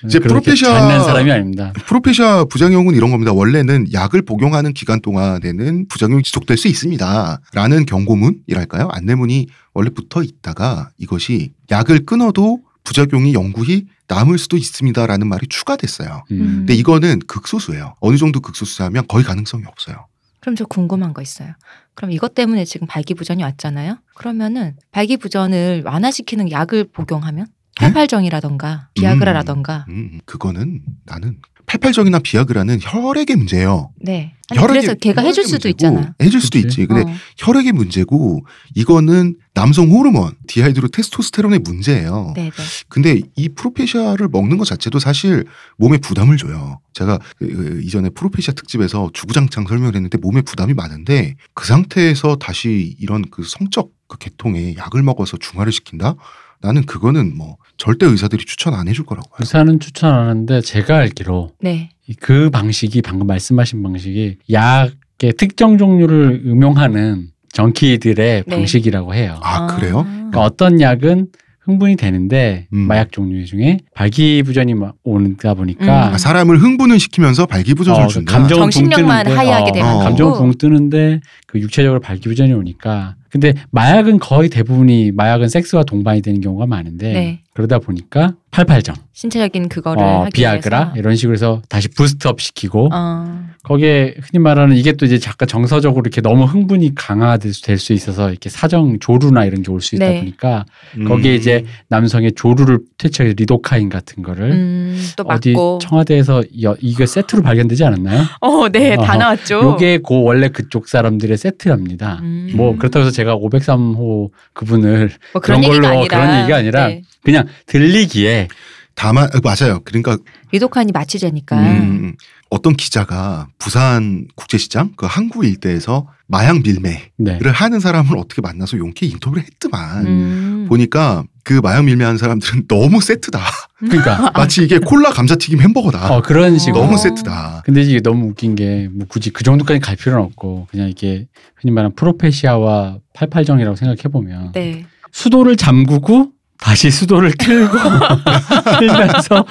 A: 이제
B: 그렇게
A: 프로페셔-
B: 잔인한 사람이 아닙니다.
A: 프로페시아 부작용은 이런 겁니다. 원래는 약을 복용하는 기간 동안에는 부작용이 지속될 수 있습니다. 라는 경고문이랄까요? 안내문이 원래 붙어 있다가 이것이 약을 끊어도 부작용이 영구히 남을 수도 있습니다. 라는 말이 추가됐어요.
B: 음.
A: 근데 이거는 극소수예요. 어느 정도 극소수하면 거의 가능성이 없어요.
C: 그럼 저 궁금한 거 있어요. 그럼 이것 때문에 지금 발기부전이 왔잖아요. 그러면은 발기부전을 완화시키는 약을 복용하면 팔팔정이라던가 비아그라라던가
A: 음, 그거는 나는 팔팔정이나 비아그라는 혈액의 문제예요.
C: 네. 아니, 그래서 걔가 해줄
A: 문제고
C: 수도 있잖아.
A: 해줄 수도
B: 그치.
A: 있지. 근데
C: 어.
A: 혈액의 문제고 이거는 남성 호르몬 디하이드로 테스토스테론의 문제예요.
C: 네, 네.
A: 근데 이 프로페시아를 먹는 것 자체도 사실 몸에 부담을 줘요. 제가 그, 그, 이전에 프로페시아 특집에서 주구장창 설명을 했는데 몸에 부담이 많은데 그 상태에서 다시 이런 그 성적 그 계통에 약을 먹어서 중화를 시킨다? 나는 그거는 뭐 절대 의사들이 추천 안 해줄 거라고. 요
B: 의사는 추천 안 하는데 제가 알기로
C: 네.
B: 이그 방식이 방금 말씀하신 방식이 약의 특정 종류를 음용하는 정키들의
C: 네.
B: 방식이라고 해요.
A: 아 그래요?
B: 그러니까 어떤 약은 흥분이 되는데
A: 음.
B: 마약 종류 중에 발기부전이 막 오는가 보니까
C: 음.
A: 아, 사람을 흥분을 시키면서 발기부전을
B: 어,
A: 준다.
B: 감정은 붕
C: 정신력만
B: 뜨는데,
C: 하이하게
B: 어,
A: 돼가지고.
B: 감정은 붕 뜨는데 그 육체적으로 발기부전이 오니까 근데 마약은 거의 대부분이 마약은 섹스와 동반이 되는 경우가 많은데
C: 네.
B: 그러다 보니까 팔팔정
C: 신체적인 그거를
B: 어,
C: 하기
B: 비아그라
C: 위해서.
B: 이런 식으로 해서 다시 부스트업 시키고
C: 어.
B: 거기에 흔히 말하는 이게 또 이제 작가 정서적으로 이렇게 너무 흥분이 강화될 수, 될수 있어서 이렇게 사정 조루나 이런 게 올 수 있다
C: 네.
B: 보니까
A: 음.
B: 거기에 이제 남성의 조루를 퇴치해 리도카인 같은 거를
C: 음, 또
B: 어디
C: 맞고.
B: 청와대에서 여- 이게 세트로 발견되지 않았나요?
C: 어, 네. 다
B: 어허.
C: 나왔죠.
B: 요게 고 원래 그쪽 사람들의 세트랍니다.
C: 음.
B: 뭐 그렇다고 해서 제가 503호 그분을
C: 뭐 그런,
B: 그런
C: 얘기가
B: 걸로-
C: 아니라.
B: 그런 얘기가 아니라
C: 네.
B: 그냥 들리기에
A: 다만 아, 맞아요. 그러니까
C: 유독한이 마취제니까.
A: 음, 어떤 기자가 부산 국제시장 그 항구 일대에서 마약 밀매
B: 네.
A: 를 하는 사람을 어떻게 만나서 용케 인터뷰를 했더만
C: 음.
A: 보니까 그 마약 밀매하는 사람들은 너무 세트다
B: 그러니까
A: 마치 이게 콜라 감자튀김 햄버거다
B: 어, 그런 식으로
A: 아, 너무
C: 어.
A: 세트다
B: 근데 이게 너무 웃긴 게, 뭐 굳이 그 정도까지 갈 필요는 없고, 그냥 이게 흔히 말하는 프로페시아와 팔팔정이라고 생각해보면,
C: 네.
B: 수도를 잠그고, 다시 수도를 틀고, 틀면서,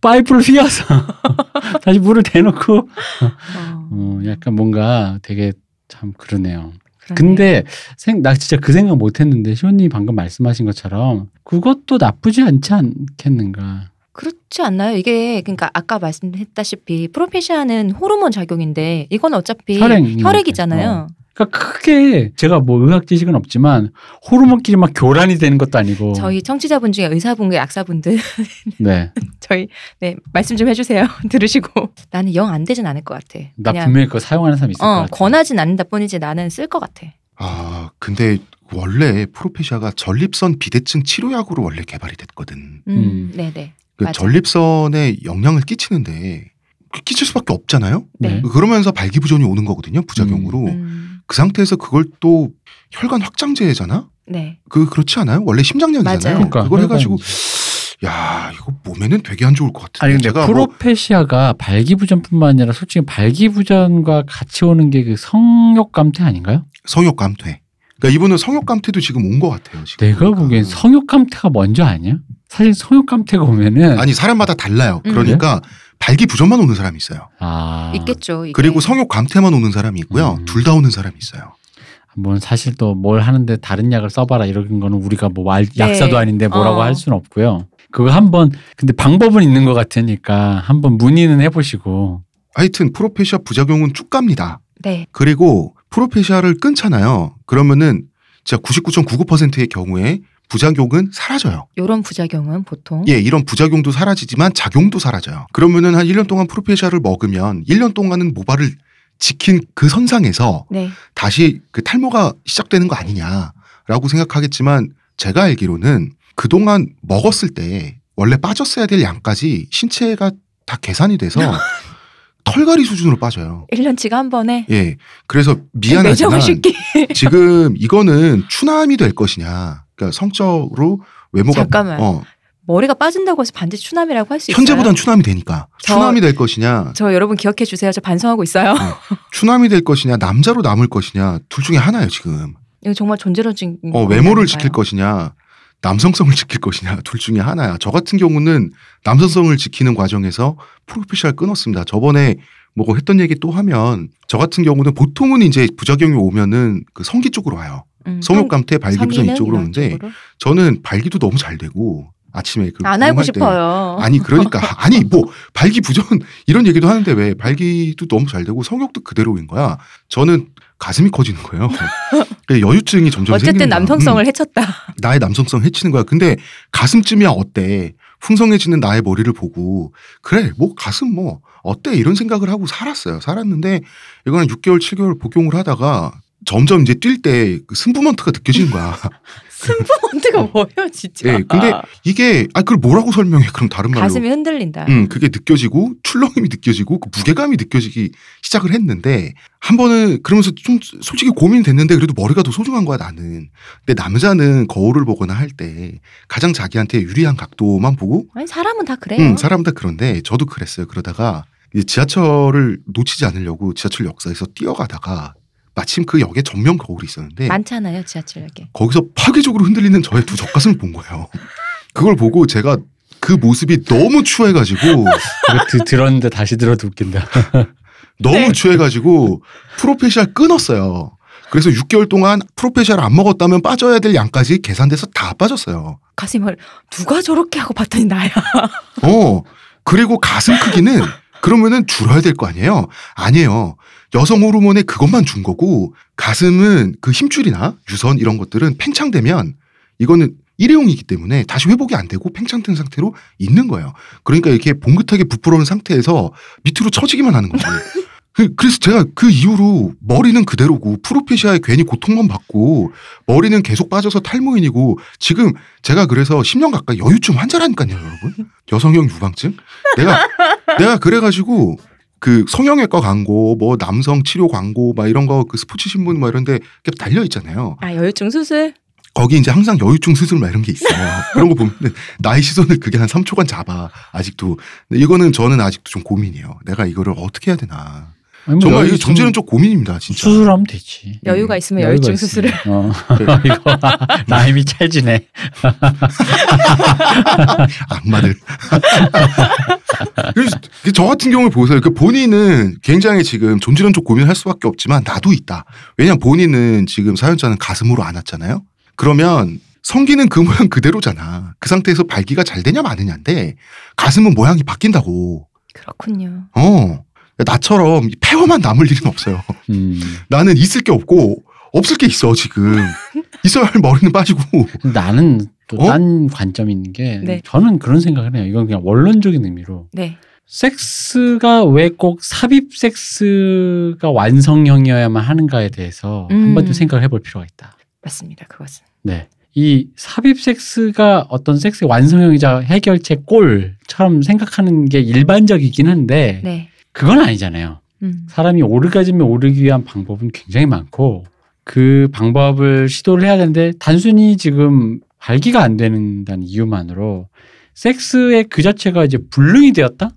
B: 파이프를 휘어서, 다시 물을 대놓고,
C: 어.
B: 어, 약간 뭔가 되게 참 그러네요.
C: 그러네.
B: 근데, 생, 나 진짜 그 생각 못 했는데, 시온님 방금 말씀하신 것처럼, 그것도 나쁘지 않지 않겠는가.
C: 그렇지 않나요? 이게 그러니까 아까 말씀했다시피 프로페시아는 호르몬 작용인데 이건 어차피
B: 혈액인
C: 혈액이잖아요.
B: 그러니까 크게 제가 뭐 의학 지식은 없지만 호르몬끼리 막 교란이 되는 것도 아니고
C: 저희 청취자분 중에 의사분과 약사분들
B: 네.
C: 저희 네 말씀 좀 해주세요. 들으시고 나는 영 안 되진 않을 것 같아.
B: 나 분명히 그거 사용하는 사람이 있을 것
C: 어
B: 같아.
C: 권하진 않는다 뿐이지 나는 쓸 것 같아.
A: 아 근데 원래 프로페시아가 전립선 비대칭 치료약으로 원래 개발이 됐거든.
C: 음,
B: 음.
C: 네네.
A: 그
C: 맞아.
A: 전립선에 영향을 끼치는데 그 끼- 끼칠 수밖에 없잖아요.
C: 네.
A: 그러면서 발기부전이 오는 거거든요. 부작용으로.
C: 음,
A: 그 상태에서 그걸 또 혈관 확장제잖아.
C: 네.
A: 그 그렇지 않아요? 원래 심장약이잖아요.
C: 맞아요.
B: 그러니까
A: 그걸 해가지고
B: 혈관이지.
A: 야 이거 몸에는 되게 안 좋을 것 같은데.
D: 아니 근데
A: 제가 뭐
B: 프로페시아가 발기부전뿐만 아니라 솔직히 발기부전과 같이 오는 게 그 성욕감퇴 아닌가요?
A: 성욕감퇴. 그러니까 이분은 성욕감퇴도 지금 온 것 같아요. 지금 그러니까.
B: 내가
A: 보니까.
B: 보기엔 성욕감퇴가 먼저 아니야? 사실 성욕감퇴가 오면은
A: 아니 사람마다 달라요.
C: 음.
A: 그러니까 발기부전만 오는 사람이 있어요.
B: 아,
C: 있겠죠. 이게.
A: 그리고 성욕감퇴만 오는 사람이 있고요.
B: 음.
A: 둘 다 오는 사람이 있어요.
B: 뭐 사실 또 뭘 하는데 다른 약을 써봐라 이런 거는 우리가 뭐 알-
C: 네.
B: 약사도 아닌데 뭐라고
C: 어.
B: 할 수는 없고요. 그거 한번 근데 방법은 있는 것 같으니까 한번 문의는 해보시고
A: 하여튼 프로페시아 부작용은 쭉 갑니다.
C: 네.
A: 그리고 프로페시아를 끊잖아요. 그러면은 진짜 99.99%의 경우에 부작용은 사라져요.
C: 요런 부작용은 보통
A: 예, 이런 부작용도 사라지지만 작용도 사라져요. 그러면은 한 1년 동안 프로페시아를 먹으면 1년 동안은 모발을 지킨 그 선상에서
C: 네.
A: 다시 그 탈모가 시작되는 거 아니냐라고 생각하겠지만 제가 알기로는 그동안 먹었을 때 원래 빠졌어야 될 양까지 신체가 다 계산이 돼서 털갈이 수준으로 빠져요.
C: 1년치가 한 번에 네,
A: 예. 그래서 미안하지만
C: 매정을 쉽게
A: 지금 이거는 추남이 될 것이냐. 그러니까 성적으로 외모가
C: 잠깐만.
A: 어,
C: 머리가 빠진다고 해서 반드시 추남이라고 할 수 있어요.
A: 현재보단 추남이 되니까
C: 저-
A: 추남이 될 것이냐
C: 저 여러분 기억해 주세요. 저 반성하고 있어요.
A: 추남이 될 것이냐 남자로 남을 것이냐 둘 중에 하나예요 지금
C: 이거 정말 존재론적인
A: 어, 외모를
C: 거잖아요.
A: 지킬 것이냐 남성성을 지킬 것이냐 둘 중에 하나야 저 같은 경우는 남성성을 지키는 과정에서 프로페시아를 끊었습니다 저번에 뭐고 했던 얘기 또 하면 저 같은 경우는 보통은 이제 부작용이 오면은 그 성기 쪽으로 와요
C: 음,
A: 성욕감퇴 발기부전
C: 성기는
A: 이쪽으로
C: 이런
A: 오는데
C: 쪽으로?
A: 저는 발기도 너무 잘 되고 아침에 그
C: 안 하고
A: 운동할 때
C: 싶어요.
A: 아니 그러니까 아니 뭐 발기부전 이런 얘기도 하는데 왜 발기도 너무 잘 되고 성욕도 그대로인 거야. 저는 가슴이 커지는 거예요. 그러니까 여유증이 점점
C: 어쨌든
A: 생기는 거야.
C: 남성성을
A: 음,
C: 해쳤다.
A: 나의 남성성 해치는 거야. 근데 가슴쯤이야 어때? 풍성해지는 나의 머리를 보고 그래 뭐 가슴 뭐 어때 이런 생각을 하고 살았어요. 살았는데 이거는 6개월 7개월 복용을 하다가 점점 이제 뛸 때그 승부먼트가 느껴지는 거야.
C: 승부먼트가
A: 어.
C: 뭐예요, 진짜?
A: 예, 근데 이게 아 그걸 뭐라고 설명해? 그럼 다른 말로
C: 가슴이 흔들린다.
A: 음, 그게 느껴지고 출렁임이 느껴지고 그 무게감이 느껴지기 시작을 했는데 한 번은 그러면서 좀 솔직히 고민됐는데 그래도 머리가 더 소중한 거야 나는. 근데 남자는 거울을 보거나 할 때 가장 자기한테 유리한 각도만 보고
C: 아니 사람은 다 그래요.
A: 음, 사람 다 그런데 저도 그랬어요. 그러다가 이제 지하철을 놓치지 않으려고 지하철 역사에서 뛰어가다가 마침 그 역에 전면 거울이 있었는데
C: 많잖아요, 지하철역에.
A: 거기서 파괴적으로 흔들리는 저의 두 젖가슴을 본 거예요. 그걸 보고 제가 그 모습이 너무 추해가지고
B: 이거 드- 들었는데 다시 들어도 웃긴다.
A: 너무
C: 네.
A: 취해가지고 프로페시아 끊었어요. 그래서 6개월 동안 프로페시아를 안 먹었다면 빠져야 될 양까지 계산돼서 다 빠졌어요.
C: 가슴을 누가 저렇게 하고 봤더니 나야.
A: 어 그리고 가슴 크기는 그러면은 줄어야 될 거 아니에요? 아니에요. 여성 호르몬에 그것만 준 거고 가슴은 그 힘줄이나 유선 이런 것들은 팽창되면 이거는 일회용이기 때문에 다시 회복이 안 되고 팽창된 상태로 있는 거예요. 그러니까 이렇게 봉긋하게 부풀어온 상태에서 밑으로 처지기만 하는 거죠. 그- 그래서 제가 그 이후로 머리는 그대로고 프로페시아에 괜히 고통만 받고 머리는 계속 빠져서 탈모인이고 지금 제가 그래서 10년 가까이 여유증 환자라니까요, 여러분. 여성형 유방증? 내가 내가 그래가지고 그 성형외과 광고, 뭐 남성 치료 광고, 막 이런 거 그 스포츠 신문 뭐 이런데 달려 있잖아요.
C: 아 여유증 수술.
A: 거기 이제 항상 여유증 수술 막 이런 게 있어. 그런 거 보면 나의 시선을 그게 한 3초간 잡아. 아직도 근데 이거는 저는 아직도 좀 고민이에요. 내가 이거를 어떻게 해야 되나.
B: 아니, 뭐
A: 정말
B: 여유
A: 이 정제는
B: 좀
A: 좀 고민입니다, 진짜.
B: 수술하면 되지.
A: 음,
C: 여유가 있으면
B: 여유가
C: 여유증
B: 있으면.
C: 수술을.
B: 어.
A: 네.
B: 이거 나임이 찰지네.
A: 악마들. 그래서 저 같은 경우를 보세요. 그 본인은 굉장히 지금 존재론적 고민할 수밖에 없지만 나도 있다. 왜냐면 본인은 지금 사연자는 가슴으로 안았잖아요. 그러면 성기는 그 모양 그대로잖아. 그 상태에서 발기가 잘 되냐 마느냐인데 가슴은 모양이 바뀐다고.
C: 그렇군요.
A: 어. 나처럼 이 폐허만 남을 일은 없어요.
B: 음.
A: 나는 있을 게 없고 없을 게 있어 지금. 있어야 할 머리는 빠지고
B: 나는
A: 어?
B: 또 딴 관점이 있는 게
C: 네.
B: 저는 그런 생각을 해요. 이건 그냥 원론적인 의미로
C: 네.
B: 섹스가 왜 꼭 삽입 섹스가 완성형이어야만 하는가에 대해서
C: 음.
B: 한번 좀 생각을 해볼 필요가 있다.
C: 맞습니다. 그것은.
B: 네. 이 삽입 섹스가 어떤 섹스의 완성형이자 해결체 꼴처럼 생각하는 게 일반적이긴 한데
C: 네.
B: 그건 아니잖아요.
C: 음.
B: 사람이 오르가즘에 오르기 위한 방법은 굉장히 많고 그 방법을 시도를 해야 되는데 단순히 지금 발기가 안 되는다는 이유만으로 섹스의 그 자체가 이제 불능이 되었다?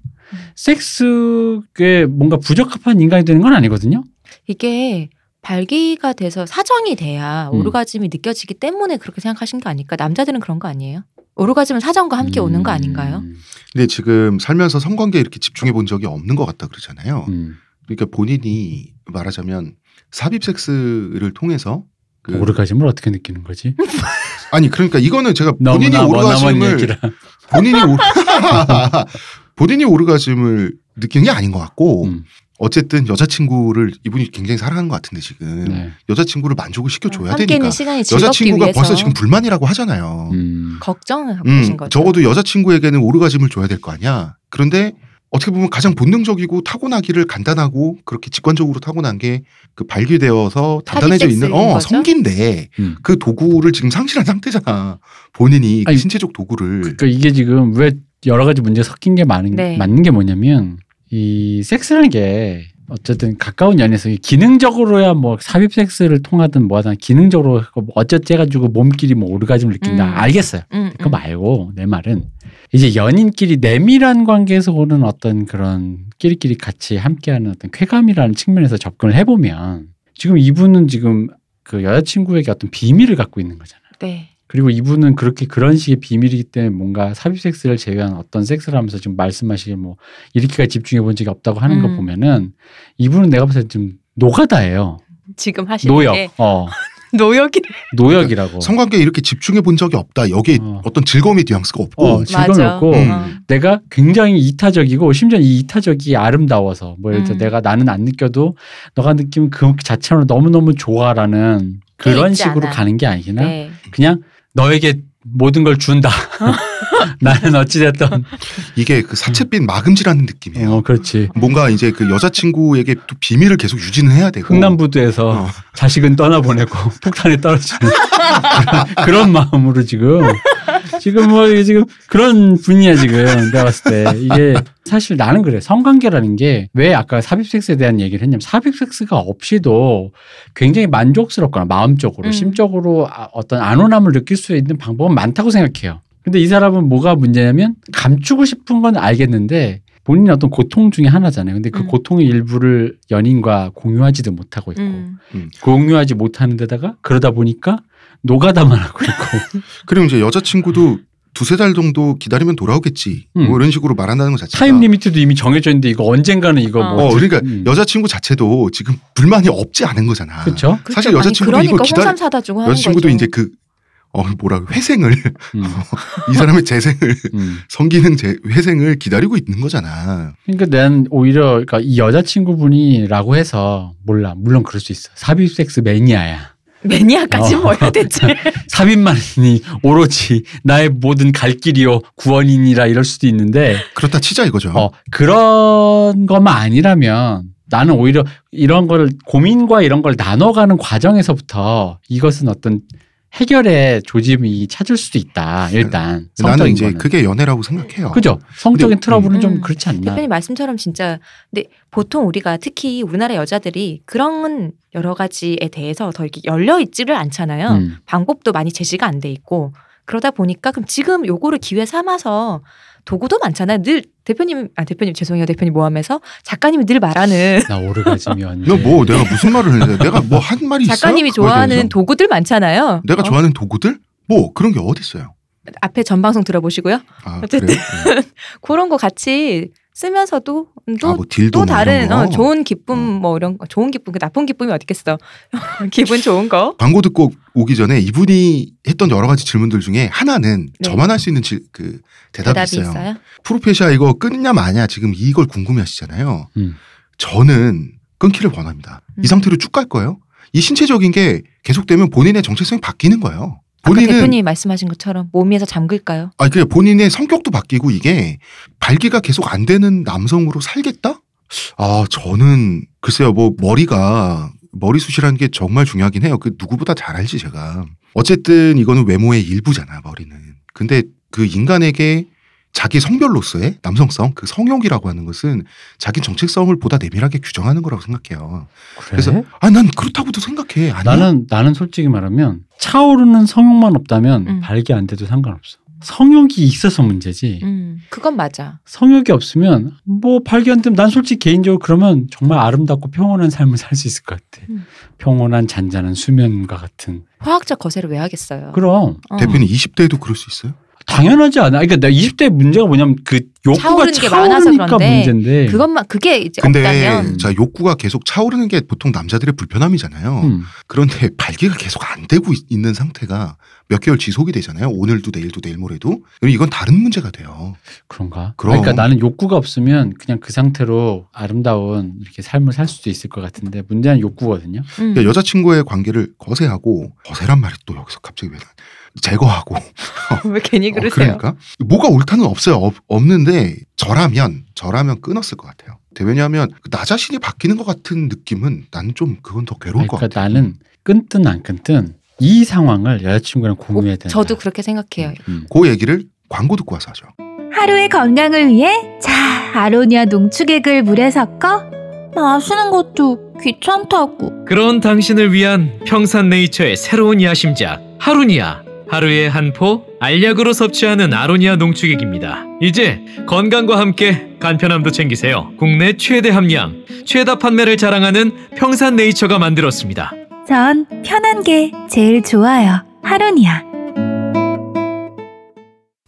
B: 섹스에 뭔가 부적합한 인간이 되는 건 아니거든요.
C: 이게 발기가 돼서 사정이 돼야
B: 음.
C: 오르가즘이 느껴지기 때문에 그렇게 생각하신 거 아닐까? 남자들은 그런 거 아니에요? 오르가즘은 사정과 함께 오는 거 아닌가요?
B: 음,
A: 근데 지금 살면서 성관계에 이렇게 집중해 본 적이 없는 것 같다 그러잖아요.
B: 음.
A: 그러니까 본인이 말하자면 삽입 섹스를 통해서 그-
B: 음. 오르가즘을 어떻게 느끼는 거지?
A: 아니 그러니까 이거는 제가 본인이
B: 너무나 머나먼
A: 오르가즘을
B: 얘기라.
A: 본인이 오르 본인이 오르가즘을 느끼는 게 아닌 것 같고
B: 음,
A: 어쨌든 여자친구를 이분이 굉장히 사랑하는 것 같은데 지금
B: 네.
A: 여자친구를 만족을 시켜줘야
C: 음, 함께는
A: 되니까
C: 시간이 즐겁기
A: 여자친구가
C: 위해서
A: 벌써 지금 불만이라고 하잖아요.
B: 음.
C: 걱정을 하고 계신
A: 음,
C: 거죠.
A: 적어도 여자친구에게는 오르가즘을 줘야 될 거 아니야. 그런데 어떻게 보면 가장 본능적이고 타고나기를 간단하고 그렇게 직관적으로 타고난 게 그 발기되어서 단단해져 있는
C: 섹스인
A: 어
C: 거죠?
A: 성기인데
B: 음.
A: 그 도구를 지금 상실한 상태잖아. 본인이 그
B: 아니,
A: 신체적 도구를
B: 그러니까 이게 지금 왜 여러 가지 문제 섞인 게 많은
C: 네.
B: 맞는 게 뭐냐면 이 섹스라는 게 어쨌든 가까운 연애에서 이 기능적으로야 뭐 삽입 섹스를 통하든 뭐하든 기능적으로 하고 어쩌지 해가지고 몸끼리 뭐 오르가즘을 느낀다
C: 음.
B: 알겠어요.
C: 음,
B: 그거
C: 음.
B: 말고 내 말은 이제 연인끼리 내밀한 관계에서 오는 어떤 그런 끼리끼리 같이 함께하는 어떤 쾌감이라는 측면에서 접근을 해보면 지금 이분은 지금 그 여자친구에게 어떤 비밀을 갖고 있는 거잖아요.
C: 네.
B: 그리고 이분은 그렇게 그런 식의 비밀이기 때문에 뭔가 삽입 섹스를 제외한 어떤 섹스를 하면서 지금 말씀하시길 뭐 이렇게까지 집중해 본 적이 없다고 하는 거
C: 음.
B: 보면은 이분은 내가 봤을 때 지금 노가다예요.
C: 지금 하시는
B: 노역.
C: 게
B: 어.
C: 노역이
B: 노역이라고.
A: 성관계에 이렇게 집중해 본 적이 없다. 여기에
B: 어.
A: 어. 떤 즐거움의 뉘앙스가 없고
B: 어, 즐거움이
C: 맞아.
B: 없고
A: 음.
C: 어.
B: 내가 굉장히 이타적이고 심지어 이 이타적이 아름다워서 뭐 예를 들어
C: 음.
B: 내가 나는 안 느껴도 너가 느끼면 그 자체로 너무너무 좋아라는
C: 꽤
B: 그런
C: 있지
B: 식으로
C: 않아.
B: 가는 게 아니긴 한
C: 네.
B: 그냥 너에게 모든 걸 준다. 나는 어찌됐든
A: 이게 그 사채빛 마금지라는 느낌이에요.
B: 음. 어, 그렇지.
A: 뭔가 이제 그 여자친구에게 또 비밀을 계속 유지는 해야 되고
B: 흥남부두에서
A: 어.
B: 자식은 떠나보내고 폭탄에 떨어지는 그런, 그런 마음으로 지금 지금 뭐 이게 지금 그런 분이야 지금 내가 봤을 때 이게 사실 나는 그래 성관계라는 게 왜 아까 삽입 섹스에 대한 얘기를 했냐면 삽입 섹스가 없이도 굉장히 만족스럽거나 마음적으로
C: 음.
B: 심적으로 아- 어떤 안온함을 느낄 수 있는 방법은 많다고 생각해요. 근데 이 사람은 뭐가 문제냐면 감추고 싶은 건 알겠는데 본인의 어떤 고통 중에 하나잖아요. 근데 그
C: 음.
B: 고통의 일부를 연인과 공유하지도 못하고 있고
C: 음.
B: 공유하지 못하는 데다가 그러다 보니까 노가다만 하고
C: 그렇죠.
B: 있고
A: 그리고 이제 여자친구도 두세 달 정도 기다리면 돌아오겠지
B: 음.
A: 뭐 이런 식으로 말한다는 것 자체가
B: 타임 리미트도 이미 정해져 있는데 이거 언젠가는 이거
C: 어.
B: 뭐
A: 어 그러니까
B: 음.
A: 여자친구 자체도 지금 불만이 없지 않은 거잖아.
B: 그렇죠.
C: 그렇죠.
A: 사실
C: 아니,
A: 여자친구도
C: 그러니까
A: 이거 기다리-
C: 홍삼 사다 주고 하는
A: 여자친구도
C: 거죠.
A: 이제 그 어, 뭐라 고 회생을
B: 음,
A: 이 사람의 재생을
B: 음.
A: 성기능 재, 회생을 기다리고 있는 거잖아.
B: 그러니까 난 오히려 그러니까 이 여자친구분이라고 해서 몰라 물론 그럴 수 있어 삽입 섹스 매니아야
C: 매니아까지
B: 어.
C: 뭐야 대체.
B: 삽입만이 오로지 나의 모든 갈 길이요 구원이니라 이럴 수도 있는데
A: 그렇다 치자 이거죠.
B: 어, 그런 것만 아니라면 나는 오히려 이런 걸 고민과 이런 걸 나눠가는 과정에서부터 이것은 어떤 해결의 조짐이 찾을 수도 있다. 일단
A: 나는
B: 성적인
A: 이제
B: 거는.
A: 그게 연애라고 생각해요.
B: 그죠? 성적인
A: 근데-
B: 트러블은
C: 음.
B: 좀 그렇지
A: 아.
B: 않나.
C: 대표님 말씀처럼 진짜 근데 보통 우리가 특히 우리나라 여자들이 그런 여러 가지에 대해서 더 이렇게 열려 있지를 않잖아요.
B: 음.
C: 방법도 많이 제시가 안 돼 있고 그러다 보니까 그럼 지금 요거를 기회 삼아서 도구도 많잖아요. 늘 대표님 아 대표님 죄송해요 대표님 모함에서 작가님이 늘 말하는
B: 나 오르가즘이 언제?
A: 너뭐 내가 무슨 말을 했는데 내가 뭐 한 말이 있어?
C: 작가님이 좋아하는 도구들 많잖아요.
A: 내가
C: 어,
A: 좋아하는 도구들 뭐 그런 게 어디 있어요?
C: 앞에 전 방송 들어보시고요.
A: 아,
C: 어쨌든.
A: 그래요? 네.
C: 그런 거 같이 쓰면서도 또
A: 아, 뭐 딜도
C: 또
A: 뭐 이런
C: 다른
A: 거.
C: 어, 좋은 기쁨 뭐 이런 거 좋은 기쁨 그 나쁜 기쁨이 어딨겠어 기분 좋은 거
A: 광고 듣고 오기 전에 이분이 했던 여러 가지 질문들 중에 하나는
C: 네.
A: 저만 할 수 있는 질, 그 대답이,
C: 대답이
A: 있어요.
C: 있어요.
A: 프로페시아 이거 끊냐 마냐 지금 이걸 궁금해하시잖아요.
B: 음.
A: 저는 끊기를 원합니다.
C: 음.
A: 이 상태로 쭉 갈 거예요. 이 신체적인 게 계속되면 본인의 정체성이 바뀌는 거예요.
C: 아까
A: 본인은
C: 그러니까 대표님이 말씀하신 것처럼 몸에서 잠글까요?
A: 아그 본인의 성격도 바뀌고 이게 발기가 계속 안 되는 남성으로 살겠다? 아 저는 글쎄요 뭐 머리가 머리숱이라는 게 정말 중요하긴 해요. 그 누구보다 잘 알지 제가. 어쨌든 이거는 외모의 일부잖아 머리는. 근데 그 인간에게 자기 성별로서의 남성성, 그 성욕이라고 하는 것은 자기 정체성을 보다 내밀하게 규정하는 거라고 생각해요.
B: 그래?
A: 그래서 아 난 그렇다고도 생각해. 아니야.
B: 네. 나는 나는 솔직히 말하면 차오르는 성욕만 없다면
C: 음.
B: 발기 안 돼도 상관없어. 성욕이 있어서 문제지.
A: 예.
C: 음, 그건 맞아.
B: 성욕이 없으면 뭐 발기 안 되면 난 솔직히 개인적으로 그러면 정말 아름답고 평온한 삶을 살 수 있을 것 같아.
C: 음.
B: 평온한 잔잔한 수면과 같은.
C: 화학적 거세를 왜 하겠어요?
B: 그럼
C: 어.
A: 대표님 20대에도 그럴 수 있어요?
B: 당연하지 않아. 그러니까 나 20대 문제가 뭐냐면 그 욕구가
C: 차오르는 게 많아서
B: 차오르니까
C: 그런데
B: 문제인데.
C: 그것만 그게 이제 없다면
A: 근데 자 욕구가 계속 차오르는 게 보통 남자들의 불편함이잖아요.
B: 음.
A: 그런데 발기가 계속 안 되고 있- 있는 상태가 몇 개월 지속이 되잖아요. 오늘도 내일도 내일 모레도. 그럼 이건 다른 문제가 돼요.
B: 그런가?
A: 그럼.
B: 그러니까 나는 욕구가 없으면 그냥 그 상태로 아름다운 이렇게 삶을 살 수도 있을 것 같은데 문제는 욕구거든요.
C: 음.
A: 그러니까 여자친구의 관계를 거세하고 거세란 말이 또 여기서 갑자기 왜 나- 제거하고
C: 왜 괜히
A: 어,
C: 네, 그러세요?
A: 그러니까 뭐가 옳다는 없어요. 없- 없는데 저라면 저라면 끊었을 것 같아요. 근데 왜냐하면 그 나 자신이 바뀌는 것 같은 느낌은 나는 좀 그건 더 괴로울 것
B: 그러니까
A: 같아요.
B: 나는 끊든 안 끊든 이 상황을 여자친구랑 공유해야 된다.
C: 어, 저도 그렇게 생각해요.
B: 음.
A: 그 얘기를 광고 듣고 와서 하죠.
F: 하루의 건강을 위해 자 아로니아 농축액을 물에 섞어 마시는 것도 귀찮다고
G: 그런 당신을 위한 평산네이처의 새로운 야심작 하루니아 하루에 한 포 알약으로 섭취하는 아로니아 농축액입니다. 이제 건강과 함께 간편함도 챙기세요. 국내 최대 함량, 최다 판매를 자랑하는 평산네이처가 만들었습니다.
F: 전 편한 게 제일 좋아요 하루니아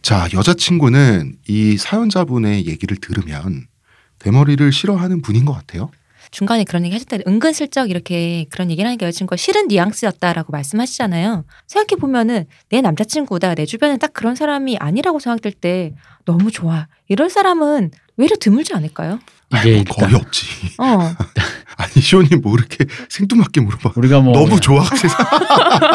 A: 자, 여자친구는 이 사연자분의 얘기를 들으면 대머리를 싫어하는 분인 것 같아요.
C: 중간에 그런 얘기 하실 때 은근슬쩍 이렇게 그런 얘기를 하니까 여자친구가 싫은 뉘앙스였다라고 말씀하시잖아요. 생각해 보면은 내 남자친구다 내 주변에 딱 그런 사람이 아니라고 생각될 때 너무 좋아 이럴 사람은 외려 드물지 않을까요?
B: 이게
A: 아이, 뭐 거의
B: 네, 일단
A: 없지.
C: 어
A: 아니, 시온님 뭐 이렇게 생뚱맞게 물어봐.
B: 우리가 뭐
A: 너무 좋아. 세상.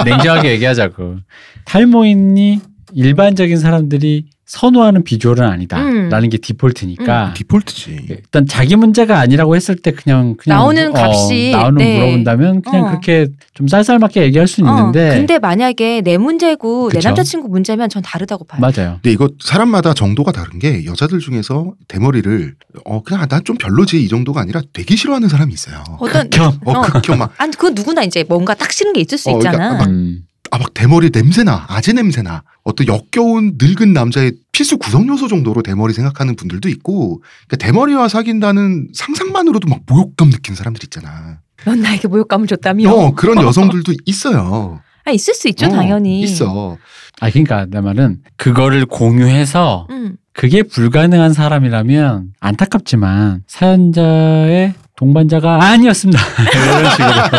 B: 냉정하게 얘기하자고 탈모인이 일반적인 사람들이 선호하는 비주얼은
C: 음.
B: 아니다라는 게 디폴트니까
A: 디폴트지.
B: 일단 자기 문제가 아니라고 했을 때 그냥 그냥
C: 나오는
B: 어,
C: 값이,
B: 나오는
C: 네.
B: 물어본다면 그냥
C: 어.
B: 그렇게 좀 쌀쌀맞게 얘기할 수는
C: 어,
B: 있는데
C: 근데 만약에 내 문제고 내
B: 그쵸.
C: 남자친구 문제면 전 다르다고 봐요.
B: 맞아요.
A: 근데 이거 사람마다 정도가 다른 게 여자들 중에서 대머리를 어 그냥 난 좀 별로지 이 정도가 아니라 되게 싫어하는 사람이 있어요.
C: 어떤
B: 겸.
A: 어 극혐 막.
C: 아니 그건 누구나 이제 뭔가 딱 싫은 게 있을 수
A: 어, 그러니까
C: 있잖아.
B: 음.
A: 막- 아 막 대머리 냄새나 아재 냄새나 어떤 역겨운 늙은 남자의 필수 구성 요소 정도로 대머리 생각하는 분들도 있고 그러니까 대머리와 사귄다는 상상만으로도 막 모욕감 느낀 사람들 있잖아.
C: 넌 나에게 모욕감을 줬다며?
A: 어 그런 여성들도 있어요.
C: 아 있을 수 있죠
A: 어,
C: 당연히.
A: 있어.
B: 아 그러니까 내 말은 그거를 공유해서
C: 음.
B: 그게 불가능한 사람이라면 안타깝지만 사연자의 동반자가 아니었습니다. 이런 식으로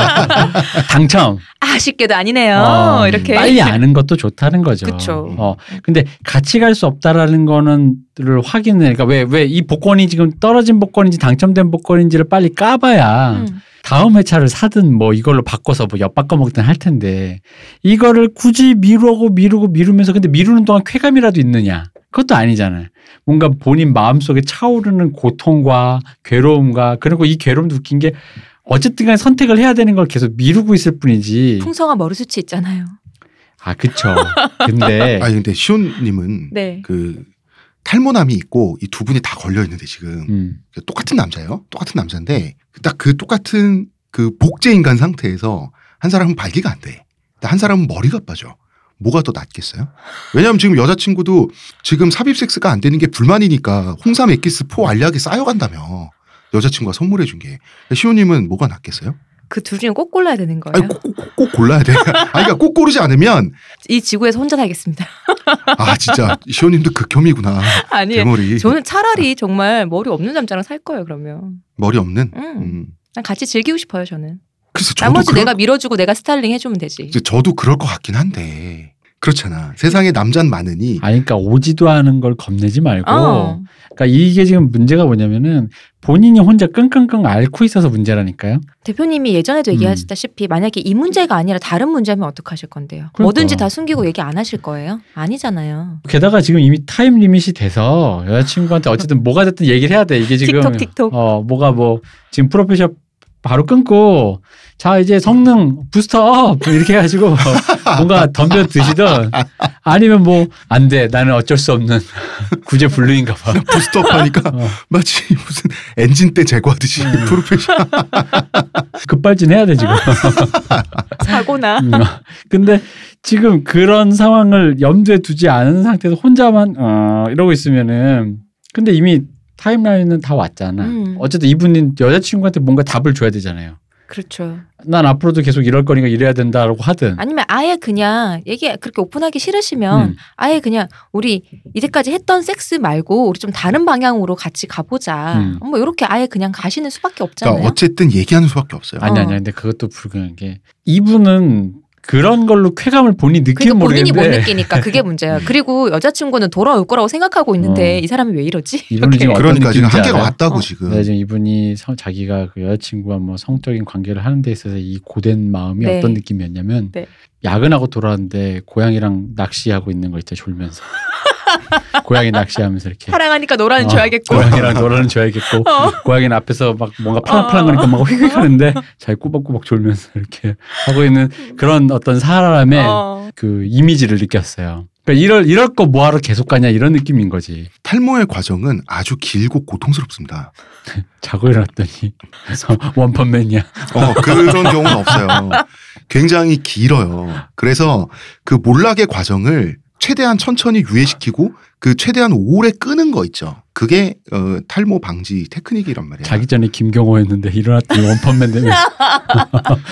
B: 당첨
C: 아쉽게도 아니네요.
B: 어,
C: 이렇게
B: 빨리 아는 것도 좋다는 거죠.
C: 그쵸.
B: 어 근데 같이 갈 수 없다라는 거는를 확인해. 그러니까 왜 왜 이 복권이 지금 떨어진 복권인지 당첨된 복권인지를 빨리 까봐야
C: 음.
B: 다음 회차를 사든 뭐 이걸로 바꿔서 뭐 엿 바꿔 먹든 할 텐데 이거를 굳이 미루고 미루고 미루면서 근데 미루는 동안 쾌감이라도 있느냐 그것도 아니잖아요 뭔가 본인 마음속에 차오르는 고통과 괴로움과 그리고 이 괴로움도 웃긴 게 어쨌든 간에 선택을 해야 되는 걸 계속 미루고 있을 뿐이지
C: 풍성한 머리숱이 있잖아요.
B: 아 그쵸 근데
A: 아니 근데 시온님은
C: 네.
A: 그 탈모남이 있고 이 두 분이 다 걸려 있는데 지금
B: 음, 똑같은
A: 그 똑같은 남자예요. 똑같은 남자인데 딱 그 똑같은 그 복제 인간 상태에서 한 사람은 발기가 안 돼. 근데 한 사람은 머리가 빠져. 뭐가 더 낫겠어요? 왜냐하면 지금 여자친구도 지금 삽입 섹스가 안 되는 게 불만이니까 홍삼 엑기스 포 알약이 쌓여간다며 여자친구가 선물해 준 게. 시호님은 뭐가 낫겠어요?
C: 그 둘 중에 꼭 골라야 되는 거예요.
A: 아니 꼭, 꼭, 꼭, 꼭 골라야 돼. 아 그러니까 꼭 고르지 않으면
C: 이 지구에서 혼자 살겠습니다.
A: 아 진짜 시호님도 극혐이구나.
C: 아니
A: 대머리
C: 예. 저는 차라리 정말 머리 없는 남자랑 살 거예요. 그러면
A: 머리 없는.
C: 음.
A: 음.
C: 난 같이 즐기고 싶어요. 저는
A: 그래서 저도
C: 나머지
A: 그런
C: 내가 밀어주고 내가 스타일링 해주면 되지.
A: 이제 저도 그럴 것 같긴 한데 그렇잖아 세상에 남잔 많으니
B: 아니 그러니까 오지도 않은 걸 겁내지 말고
C: 어.
B: 그러니까 이게 지금 문제가 뭐냐면은 본인이 혼자 끙끙끙 앓고 있어서 문제라니까요
C: 대표님이 예전에도
B: 음.
C: 얘기하셨다시피 만약에 이 문제가 아니라 다른 문제면 어떡하실 건데요?
B: 그러니까.
C: 뭐든지 다 숨기고 얘기 안 하실 거예요? 아니잖아요.
B: 게다가 지금 이미 타임 리밋이 돼서 여자친구한테 어쨌든 뭐가 됐든 얘기를 해야 돼. 이게 지금
C: 틱톡, 틱톡.
B: 어 뭐가 뭐 지금 프로페셔 바로 끊고 자 이제 성능 부스터업 이렇게 해가지고 뭔가 덤벼 드시던 아니면 뭐 안 돼 나는 어쩔 수 없는 구제 불능인가 봐.
A: 부스트업 하니까
B: 어. 음.
A: 마치 무슨 엔진 때 제거하듯이 프로페셔널.
B: 급발진 해야 돼 지금.
C: 사고나.
B: 음. 근데 지금 그런 상황을 염두에 두지 않은 상태에서 혼자만 어, 이러고 있으면은 근데 이미 타임라인은 다 왔잖아.
C: 음.
B: 어쨌든 이분은 여자친구한테 뭔가 답을 줘야 되잖아요.
C: 그렇죠.
B: 난 앞으로도 계속 이럴 거니까 이래야 된다라고 하든.
C: 아니면 아예 그냥 얘기 그렇게 오픈하기 싫으시면
B: 음.
C: 아예 그냥 우리 이제까지 했던 섹스 말고 우리 좀 다른 방향으로 같이 가보자.
B: 음.
C: 뭐 이렇게 아예 그냥 가시는 수밖에 없잖아요.
A: 그러니까 어쨌든 얘기하는 수밖에 없어요.
B: 아니 아니
C: 어.
B: 근데 그것도 불가능한 게 이분은 그런 걸로 쾌감을 본인이 느끼는
C: 그러니까 본인이 못
B: 모르겠는데
C: 느끼니까 그게 문제예요. 그리고 여자친구는 돌아올 거라고 생각하고 있는데
B: 어.
C: 이 사람이 왜 이러지?
B: 이분은
C: 이렇게.
B: 지금 어떤
A: 그러니까 지금
B: 느낌인지
A: 한계가
B: 알아요?
A: 왔다고
C: 어.
A: 지금.
B: 네, 지금 이분이 성- 자기가 그 여자친구와 뭐 성적인 관계를 하는 데 있어서 이 고된 마음이
C: 네.
B: 어떤 느낌이었냐면
C: 네.
B: 야근하고 돌아왔는데 고양이랑 낚시하고 있는 거 있죠 졸면서 고양이 낚시하면서 이렇게
C: 사랑하니까 노라는
B: 어,
C: 줘야겠고.
B: 고양이랑 노라는 줘야겠고
C: 어.
B: 고양이는 앞에서 막 뭔가 팔랑팔랑
C: 어.
B: 거리니까 막 휙휙 하는데 자기 꾸벅꾸벅 졸면서 이렇게 하고 있는 그런 어떤 사람의
C: 어.
B: 그 이미지를 느꼈어요. 그러니까 이럴 이럴 거 뭐하러 계속 가냐 이런 느낌인 거지.
A: 탈모의 과정은 아주 길고 고통스럽습니다.
B: 자고 일어났더니 원펀맨이야.
A: 어, 그런 경우는 없어요. 굉장히 길어요. 그래서 그 몰락의 과정을 최대한 천천히 유예시키고 그 최대한 오래 끄는 거 있죠. 그게 어, 탈모 방지 테크닉이란 말이에요.
B: 자기 전에 김경호였는데 일어났더니 원펀맨 되면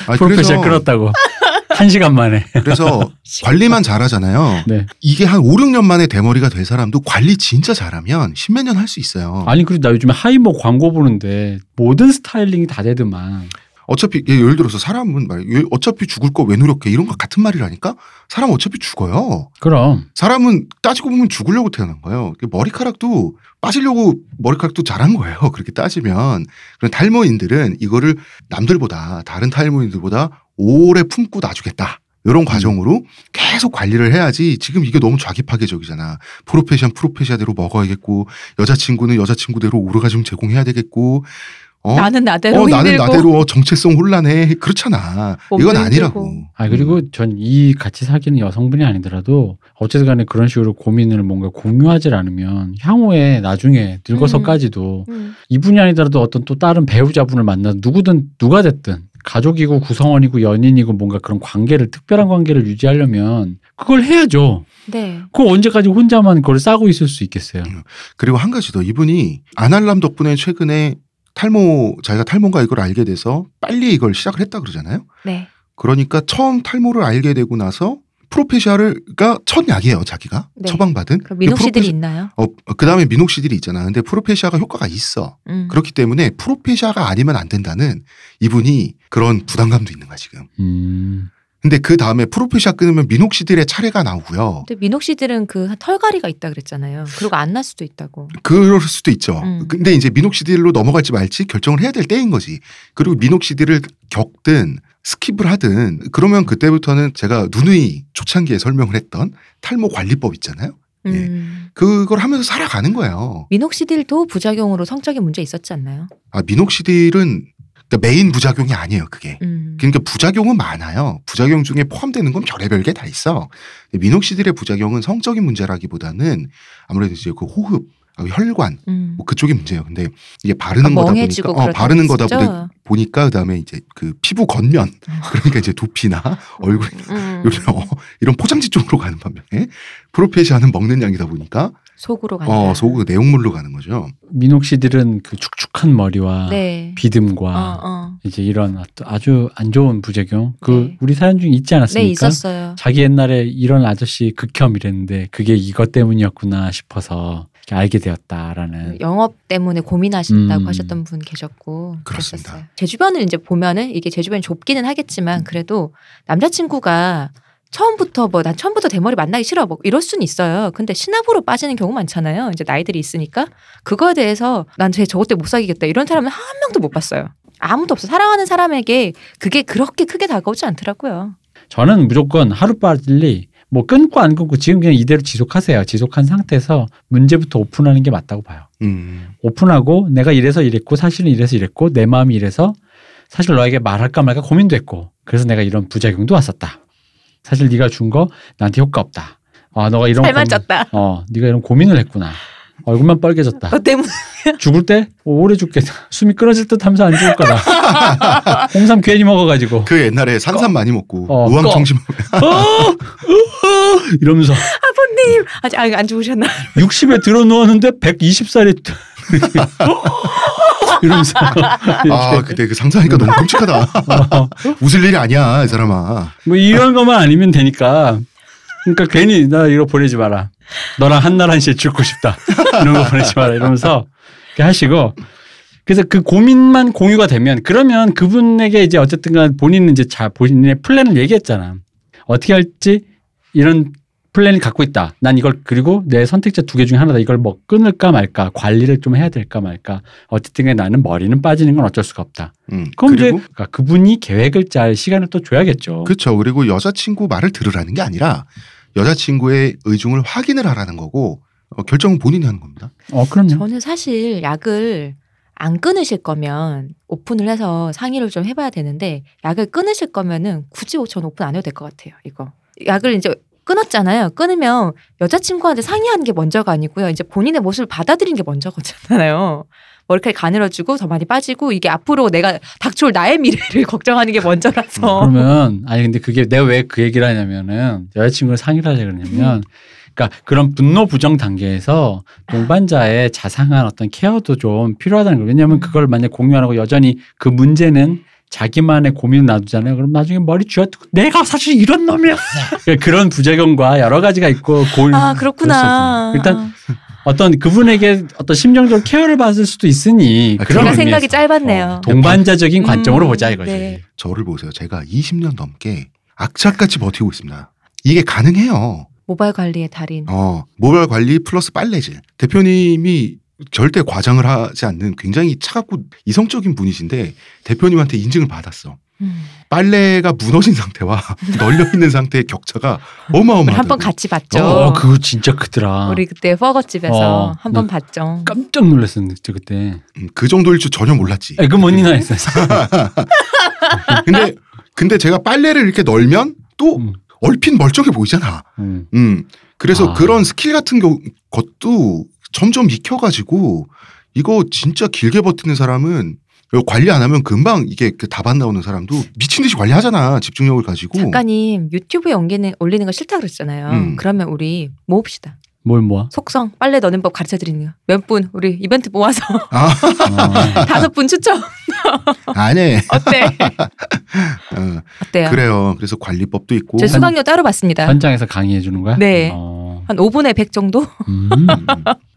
A: 아니,
B: 프로페셔
A: 그래서,
B: 끊었다고 한 시간 만에
A: 그래서 관리만 잘하잖아요.
B: 네.
A: 이게 한 5, 6년 만에 대머리가 될 사람도 관리 진짜 잘하면 십몇 년 할 수 있어요.
B: 아니 그리고 나 요즘에 하이모 뭐 광고 보는데 모든 스타일링이 다 되더만
A: 어차피 예, 예를 들어서 사람은 말 어차피 죽을 거 왜 노력해 이런 거 같은 말이라니까 사람 어차피 죽어요.
B: 그럼
A: 사람은 따지고 보면 죽으려고 태어난 거예요. 그 머리카락도 빠지려고 머리카락도 자란 거예요. 그렇게 따지면 그런 탈모인들은 이거를 남들보다 다른 탈모인들보다 오래 품고 놔주겠다. 이런 과정으로 계속 관리를 해야지 지금 이게 너무 좌기파괴적이잖아. 프로페션 프로페셔대로 먹어야겠고 여자친구는 여자친구대로 오르가즘 제공해야 되겠고 어,
C: 나는 나대로
A: 어, 나는
C: 힘들고.
A: 나대로 정체성 혼란해 그렇잖아.
C: 몸도
A: 이건
C: 힘들고.
A: 아니라고.
B: 아 그리고 전 이 같이 사귀는 여성분이 아니더라도 어쨌든 간에 그런 식으로 고민을 뭔가 공유하지 않으면 향후에 나중에 늙어서까지도
C: 음.
B: 이분이 아니더라도 어떤 또 다른 배우자분을 만나 누구든 누가 됐든 가족이고 구성원이고 연인이고 뭔가 그런 관계를 특별한 관계를 유지하려면 그걸 해야죠.
C: 네.
B: 그거 언제까지 혼자만 그걸 싸고 있을 수 있겠어요.
C: 음.
A: 그리고 한 가지 더 이분이 아날람 덕분에 최근에 탈모 자기가 탈모인가 이걸 알게 돼서 빨리 이걸 시작을 했다 그러잖아요.
C: 네.
A: 그러니까 처음 탈모를 알게 되고 나서 프로페시아를가 첫 약이에요 자기가
C: 네.
A: 처방받은.
C: 그 민옥씨들이
A: 프로페시-
C: 있나요?
A: 어, 그다음에 민옥시들이 있잖아. 근데 프로페시아가 효과가 있어.
C: 음.
A: 그렇기 때문에 프로페시아가 아니면 안 된다는 이분이 그런 부담감도 있는 거야 지금.
B: 음.
A: 근데 그 다음에 프로페시아 끊으면 민옥시들의 차례가 나오고요.
C: 근데 민옥씨들은 그 털갈이가 있다 그랬잖아요. 그리고 안 날 수도 있다고.
A: 그럴 수도 있죠.
C: 음.
A: 근데 이제 민옥시딜로 넘어갈지 말지 결정을 해야 될 때인 거지. 그리고 민옥시딜을 겪든 스킵을 하든 그러면 그때부터는 제가 누누이 초창기에 설명을 했던 탈모 관리법 있잖아요.
C: 음.
A: 그걸 하면서 살아가는 거예요.
C: 민옥씨들도 부작용으로 성적인 문제 있었지 않나요?
A: 아, 민옥시딜은 그러니까 메인 부작용이 아니에요, 그게.
C: 음.
A: 그러니까 부작용은 많아요. 부작용 중에 포함되는 건 별의별 게 다 있어. 근데 민옥시딜의 부작용은 성적인 문제라기보다는 아무래도 이제 그 호흡, 아, 혈관
C: 음.
A: 뭐 그쪽이 문제예요. 근데 이게 바르는 거다 보니까
C: 아, 멍해지고
A: 어,
C: 그렇다고
A: 바르는 거다
C: 했었죠?
A: 보다 보니까 그다음에 이제 그 피부 겉면 그러니까 이제 두피나 얼굴
C: 음.
A: 이런 어, 이런 포장지 쪽으로 가는 반면에 프로페시아는 먹는 양이다 보니까
C: 속으로 간다.
A: 어 소금 내용물로 가는 거죠.
B: 민옥씨들은 그 축축한 머리와
C: 네.
B: 비듬과
C: 어, 어.
B: 이제 이런 아주- 아주 안 좋은 부작용 그
C: 네.
B: 우리 사연 중에 있지
C: 네
B: 않았습니까?
C: 있었어요.
B: 자기 옛날에 이런 아저씨 극혐 이랬는데 그게 이것 때문이었구나 싶어서 이렇게 알게
A: 음.
B: 되었다라는
C: 영업 때문에 고민하신다고
B: 음.
C: 하셨던 분 계셨고
A: 그렇습니다.
C: 그랬었어요. 제 주변을 이제 보면은 이게 제 주변이 좁기는
A: 음.
C: 하겠지만 그래도 남자친구가 처음부터 뭐 난 처음부터 대머리 만나기 싫어 뭐 이럴 수는 있어요. 근데 신압으로 빠지는 경우 많잖아요. 이제 나이들이 있으니까 그거에 대해서 난 쟤 저것 때문에 못 사귀겠다 이런 사람은 한 명도 못 봤어요. 아무도 없어. 사랑하는 사람에게 그게 그렇게 크게 다가오지 않더라고요.
B: 저는 무조건 하루 빨리 뭐 끊고 안 끊고 지금 그냥 이대로 지속하세요. 지속한 상태에서 문제부터 오픈하는 게 맞다고 봐요.
A: 음.
B: 오픈하고 내가 이래서 이랬고 사실은 이래서 이랬고 내 마음이 이래서 사실 너에게 말할까 말까 고민도 했고 그래서 내가 이런 부작용도 왔었다. 사실 네가 준 거 나한테 효과 없다. 아 너가 이런
C: 잘
B: 고민-
C: 맞췄다.
B: 어 네가 이런 고민을 했구나. 얼굴만 빨개졌다.
C: 너 때문에
B: 죽을 때 어, 오래 죽겠다. 숨이 끊어질 듯 하면서 안 죽을 거다. 홍삼 괜히 먹어가지고
A: 그 옛날에 산삼 많이 먹고
B: 어,
A: 무항정신
C: 어?
B: 이러면서
C: 아버님 아직 아, 안 좋으셨나?
B: 60에 들어 누웠는데 120살이 이러면서 예.
A: 아 그때 그 상상하니까 너무 끔찍하다. 웃을 일이 아니야 이 사람아.
B: 뭐 이런 것만 아니면 되니까 그러니까 괜히 나 이거 보내지 마라. 너랑 한날 한시에 죽고 싶다. 이런 거 보내지 마라 이러면서 이렇게 하시고 그래서 그 고민만 공유가 되면 그러면 그분에게 이제 어쨌든간 본인은 이제 자 본인의 플랜을 얘기했잖아. 어떻게 할지 이런 플랜을 갖고 있다. 난 이걸 그리고 내 선택자 두 개 중에 하나다. 이걸 뭐 끊을까 말까 관리를 좀 해야 될까 말까. 어쨌든간 나는 머리는 빠지는 건 어쩔 수가 없다.
A: 음,
B: 그럼
A: 그리고
B: 이제 그러니까 그분이 계획을 짤 시간을 또 줘야겠죠.
A: 그렇죠. 그리고 여자친구 말을 들으라는 게 아니라 여자친구의 의중을 확인을 하라는 거고 어, 결정은 본인이 하는 겁니다.
B: 어 그럼요.
C: 저는 사실 약을 안 끊으실 거면 오픈을 해서 상의를 좀 해봐야 되는데 약을 끊으실 거면은 굳이 전 오픈 안 해도 될 것 같아요. 이거 약을 이제 끊었잖아요. 끊으면 여자친구한테 상의하는 게 먼저가 아니고요. 이제 본인의 모습을 받아들이는 게 먼저거잖아요. 머리카락 가늘어지고 더 많이 빠지고 이게 앞으로 내가 닥쳐올 나의 미래를 걱정하는 게
B: 음,
C: 먼저라서
B: 그러면 아니 근데 그게 내가 왜 그 얘기를 하냐면은 여자친구를 상의를 하자 그러냐면
C: 음.
B: 그러니까 그런 분노 부정 단계에서 동반자의 자상한 어떤 케어도 좀 필요하다는 거예요.
C: 음.
B: 왜냐하면 그걸 만약 공유 안 하고 여전히 그 문제는 자기만의 고민을 놔두잖아요. 그럼 나중에 머리 쥐어뜯고 내가 사실 이런 놈이었어. 그러니까 그런 부작용과 여러 가지가 있고 골.
C: 아 그렇구나.
B: 그럴 수 있어요. 일단 어떤 그분에게 어떤 심정적으로 케어를 받을 수도 있으니
A: 아,
B: 그런
C: 제가
A: 그런
C: 생각이
B: 의미에서
C: 짧았네요.
B: 동반자적인 관점으로
C: 음,
B: 보자 이거지.
C: 네.
A: 저를 보세요. 제가 20년 넘게 악착같이 버티고 있습니다. 이게 가능해요.
C: 모발 관리의 달인.
A: 어, 모발 관리 플러스 빨래질. 대표님이 절대 과장을 하지 않는 굉장히 차갑고 이성적인 분이신데 대표님한테 인증을 받았어.
C: 음.
A: 빨래가 무너진 상태와 널려 있는 상태의 격차가 어마어마하다.
C: 우리 한번 같이 봤죠.
B: 어, 그거 진짜
A: 어.
B: 크더라.
C: 우리 그때 퍼거 집에서
B: 어,
C: 한 번
B: 네.
C: 봤죠.
B: 깜짝 놀랐었는데 그때 그때.
A: 그 정도일 줄 전혀 몰랐지.
B: 에그 언니나 했어.
A: 근데 근데 제가 빨래를 이렇게 널면 또
B: 음.
A: 얼핏 멀쩡해 보이잖아.
B: 음.
A: 음. 그래서
B: 아.
A: 그런 스킬 같은 겨- 것도 점점 익혀가지고 이거 진짜 길게 버티는 사람은 이거 관리 안 하면 금방 이게 그 답안 나오는 사람도 미친 듯이 관리하잖아 집중력을 가지고.
C: 작가님 유튜브에 옮기는, 올리는 거 싫다 그랬잖아요.
A: 음.
C: 그러면 우리 모읍시다.
B: 뭘 뭐? 어, 모아?
C: 속성 빨래 넣는 법 가르쳐 드리는 거. 몇 분 우리 이벤트 모아서
A: 아,
B: 어.
C: 다섯 분 추첨
A: 안 해.
C: 어때?
A: 어,
C: 어때요?
A: 그래요. 그래서 관리법도 있고.
C: 제 수강료 따로 받습니다.
B: 현장에서 강의해 주는 거야?
C: 네.
B: 어.
C: 한 5분에 100 정도?
B: 음.
A: 음.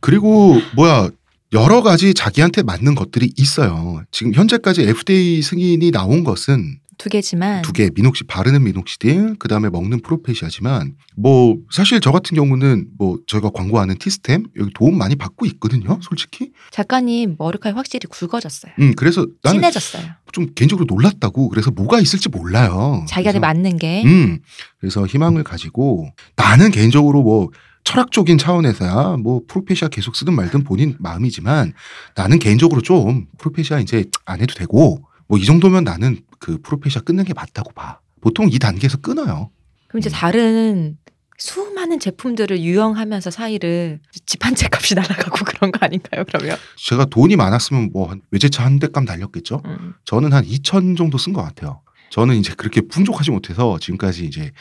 A: 그리고 뭐야 여러 가지 자기한테 맞는 것들이 있어요. 지금 현재까지 FDA 승인이 나온 것은
C: 두 개지만
A: 두 개 민옥시 바르는 민옥시딜 그다음에 먹는 프로페시아지만 뭐 사실 저 같은 경우는 뭐 저희가 광고하는 티스템 여기 도움 많이 받고 있거든요 솔직히
C: 작가님 머리카락이 확실히 굵어졌어요.
A: 음 그래서 나는 음,
C: 진해졌어요.
A: 좀 개인적으로 놀랐다고 그래서 뭐가 있을지 몰라요 그래서,
C: 자기한테 맞는 게
A: 음 그래서 희망을 가지고 나는 개인적으로 뭐 철학적인 차원에서야 뭐 프로페시아 계속 쓰든 말든 본인 마음이지만 나는 개인적으로 좀 프로페시아 이제 안 해도 되고 뭐 이 정도면 나는 그 프로페시아 끊는 게 맞다고 봐 보통 이 단계에서 끊어요
C: 그럼 이제 다른 수많은 제품들을 유형하면서 사이를 집 한 채 값이 날아가고 그런 거 아닌가요? 그러면
A: 제가 돈이 많았으면 뭐 한 외제차 한 대값 날렸겠죠.
C: 음.
A: 저는 한 2천 정도 쓴 것 같아요. 저는 이제 그렇게 풍족하지 못해서 지금까지 이제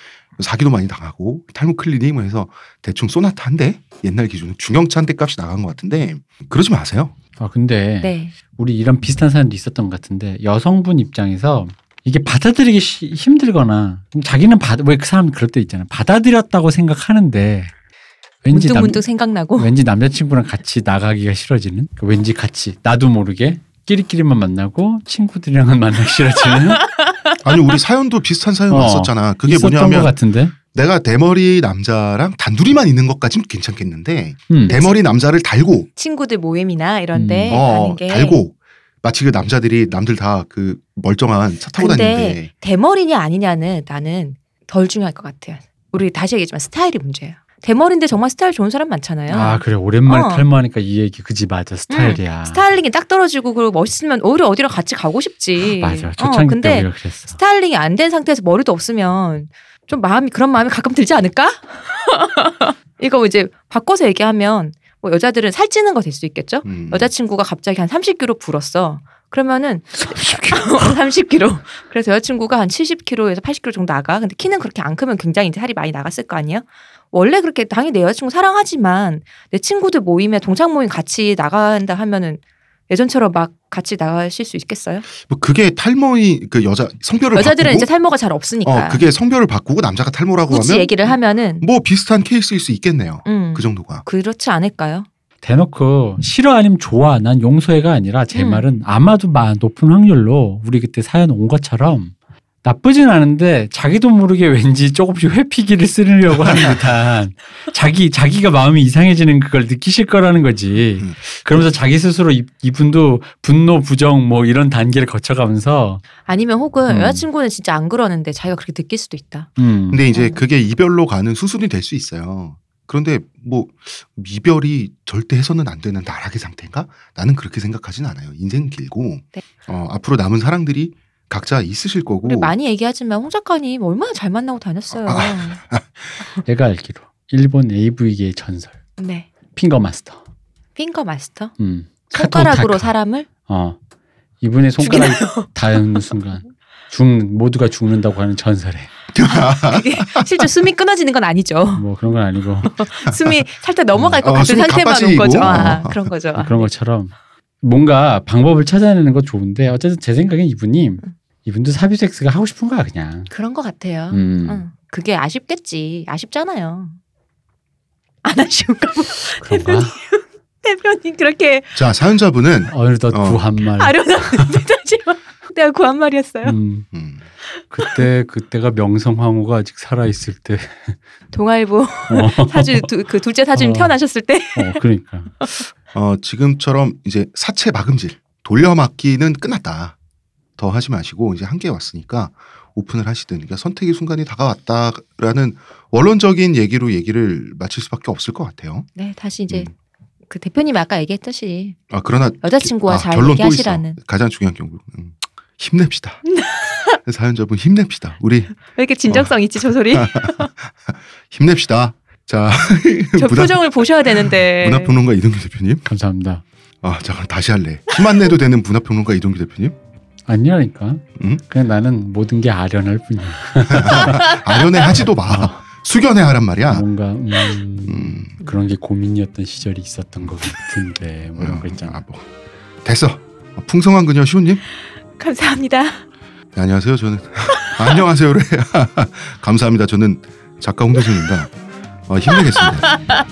A: 사기도 많이 당하고 탈모 클리닉을 해서 대충 소나타 한 대 옛날 기준으로 중형차 한 대 값이 나간 것 같은데 그러지 마세요.
B: 아 근데
C: 네.
B: 우리 이런 비슷한 사연도 있었던 것 같은데 여성분 입장에서 이게 받아들이기 시- 힘들거나 자기는 왜그 사람 그럴 때 있잖아요. 받아들였다고 생각하는데 왠지 남,
C: 문득문득 생각나고
B: 왠지 남자친구랑 같이 나가기가 싫어지는 그러니까 왠지 같이 나도 모르게 끼리끼리만 만나고 친구들이랑은 만나기 싫어지는
A: 아니 우리 사연도 비슷한 사연
B: 어,
A: 왔었잖아. 그게
B: 있었던 것
A: 뭐냐면
B: 같은데
A: 내가 대머리 남자랑 단둘이만 있는 것까지는 괜찮겠는데
B: 음.
A: 대머리 남자를 달고
C: 친구들 모임이나 이런데
B: 음.
A: 어
C: 가는 네, 게
A: 달고 마치 그 남자들이 남들 다 그 멀쩡한 차 타고
C: 근데
A: 다니는데
C: 대머리냐 아니냐는 나는 덜 중요할 것 같아요. 우리 다시 얘기했지만 스타일이 문제예요. 대머리인데 정말 스타일 좋은 사람 많잖아요.
B: 아 그래 오랜만에
C: 어. 음,
B: 탈모하니까 이 얘기 그지 맞아 스타일이야.
C: 스타일링이 딱 떨어지고 그리고 멋있으면 오히려 어디로 같이 가고 싶지.
B: 맞아
C: 어,
B: 초창기 때
C: 근데
B: 오히려 그랬어.
C: 스타일링이 안 된 상태에서 머리도 없으면 좀 마음이 그런 마음이 가끔 들지 않을까? 이거 이제 바꿔서 얘기하면 뭐 여자들은 살찌는 거 될 수 있겠죠?
A: 음.
C: 여자친구가 갑자기 한 30kg 불었어. 그러면은 30kg. 그래서 여자친구가 한 70kg에서 80kg 정도 나가. 근데 키는 그렇게 안 크면 굉장히 이제 살이 많이 나갔을 거 아니에요? 원래 그렇게 당연히 내 여자친구 사랑하지만 내 친구들 모임에 동창 모임 같이 나간다 하면은 예전처럼 막 같이 나가실 수 있겠어요?
A: 뭐 그게 탈모인 그 여자 성별을
C: 여자들은
A: 바꾸고
C: 이제 탈모가 잘 없으니까
A: 어 그게 성별을 바꾸고 남자가 탈모라고
C: 굳이
A: 하면
C: 얘기를 하면은
A: 뭐 비슷한 케이스일 수 있겠네요.
C: 음,
A: 그 정도가.
C: 그렇지 않을까요?
B: 대놓고 싫어 아니면 좋아 난 용서해가 아니라 제
C: 음.
B: 말은 아마도 마- 높은 확률로 우리 그때 사연 온 것처럼 나쁘진 않은데 자기도 모르게 왠지 조금씩 회피기를 쓰려고 하는 듯한 자기 자기가 마음이 이상해지는 그걸 느끼실 거라는 거지
A: 음.
B: 그러면서 자기 스스로 이, 이분도 분노 부정 뭐 이런 단계를 거쳐가면서
C: 아니면 혹은
B: 음.
C: 여자친구는 진짜 안 그러는데 자기가 그렇게 느낄 수도 있다.
B: 음.
A: 근데 이제
C: 어.
A: 그게 이별로 가는 수순이 될 수 있어요. 그런데 뭐 이별이 절대 해서는 안 되는 나락의 상태인가? 나는 그렇게 생각하진 않아요. 인생 길고
C: 네.
A: 어, 앞으로 남은 사랑들이 각자 있으실 거고
C: 우리 많이 얘기하지만 홍 작가님 얼마나 잘 만나고 다녔어요.
A: 아.
B: 내가 알기로 일본 AV계의 전설
C: 네.
B: 핑거 마스터
C: 핑거 마스터.
B: 음.
C: 손가락으로
B: 카토타카.
C: 사람을
B: 어. 이분의 손가락이 닿는 순간 죽 모두가 죽는다고 하는 전설에
C: 실제 숨이 끊어지는 건 아니죠.
B: 뭐 그런 건 아니고
C: 숨이 살짝 넘어갈 것
A: 어,
C: 같은
A: 숨이
C: 상태만 온
A: 가빠지고.
C: 거죠. 아,
A: 어.
C: 그런 거죠.
B: 그런 것처럼 뭔가 방법을 찾아내는 건 좋은데 어쨌든 제 생각엔 이분이 이분도 사비 섹스가 하고 싶은 거야 그냥.
C: 그런 것 같아요.
B: 음,
C: 응. 그게 아쉽겠지. 아쉽잖아요. 안 아쉬운가 봐.
B: 그런가?
C: 대표님 그렇게
A: 자 사연자분은
B: 어느덧
A: 어.
B: 구한 말.
C: 아련한 뜻하지만 내가 구한 말이었어요.
B: 음,
A: 음,
B: 그때 그때가 명성황후가 아직 살아 있을 때.
C: 동아일보
B: 어,
C: 사주 두, 그 둘째
B: 어.
C: 사주님 태어나셨을 때
A: 음.
B: 어, 그러니까.
A: 어, 지금처럼 이제 사체 막음질 돌려막기는 끝났다. 더 하지 마시고 이제 한계 왔으니까 오픈을 하시든 그러니까 선택의 순간이 다가왔다라는 원론적인 얘기로 얘기를 마칠 수밖에 없을 것 같아요.
C: 네 다시 이제
A: 음.
C: 그 대표님 아까 얘기했듯이
A: 아 그러나
C: 여자친구와
A: 아,
C: 잘
A: 결론 또
C: 얘기하시라는
A: 있어. 가장 중요한 경우 음, 힘냅시다. 사연자분 힘냅시다. 우리
C: 왜 이렇게 진정성 있지 저 소리
A: 아, 힘냅시다. 자,
C: 저
A: 문화-
C: 표정을 네. 보셔야 되는데
A: 문화평론가 이동규 대표님.
B: 감사합니다.
A: 아, 자 그럼 다시 할래. 힘 안 내도 되는 문화평론가 이동규 대표님.
B: 아니라니까.
A: 음?
B: 그냥 나는 모든 게 아련할 뿐이야.
A: 아련해 하지도 마. 숙연해 하란 말이야.
B: 뭔가 음,
A: 음,
B: 그런 게 고민이었던 시절이 있었던 것 같은데 뭐 이런 거
A: 아,
B: 있잖아.
A: 뭐. 됐어. 아, 풍성한 그녀 시호님.
C: 감사합니다.
A: 네, 안녕하세요. 저는 안녕하세요래. 감사합니다. 저는 작가 홍대순입니다. 어, 힘내겠습니다.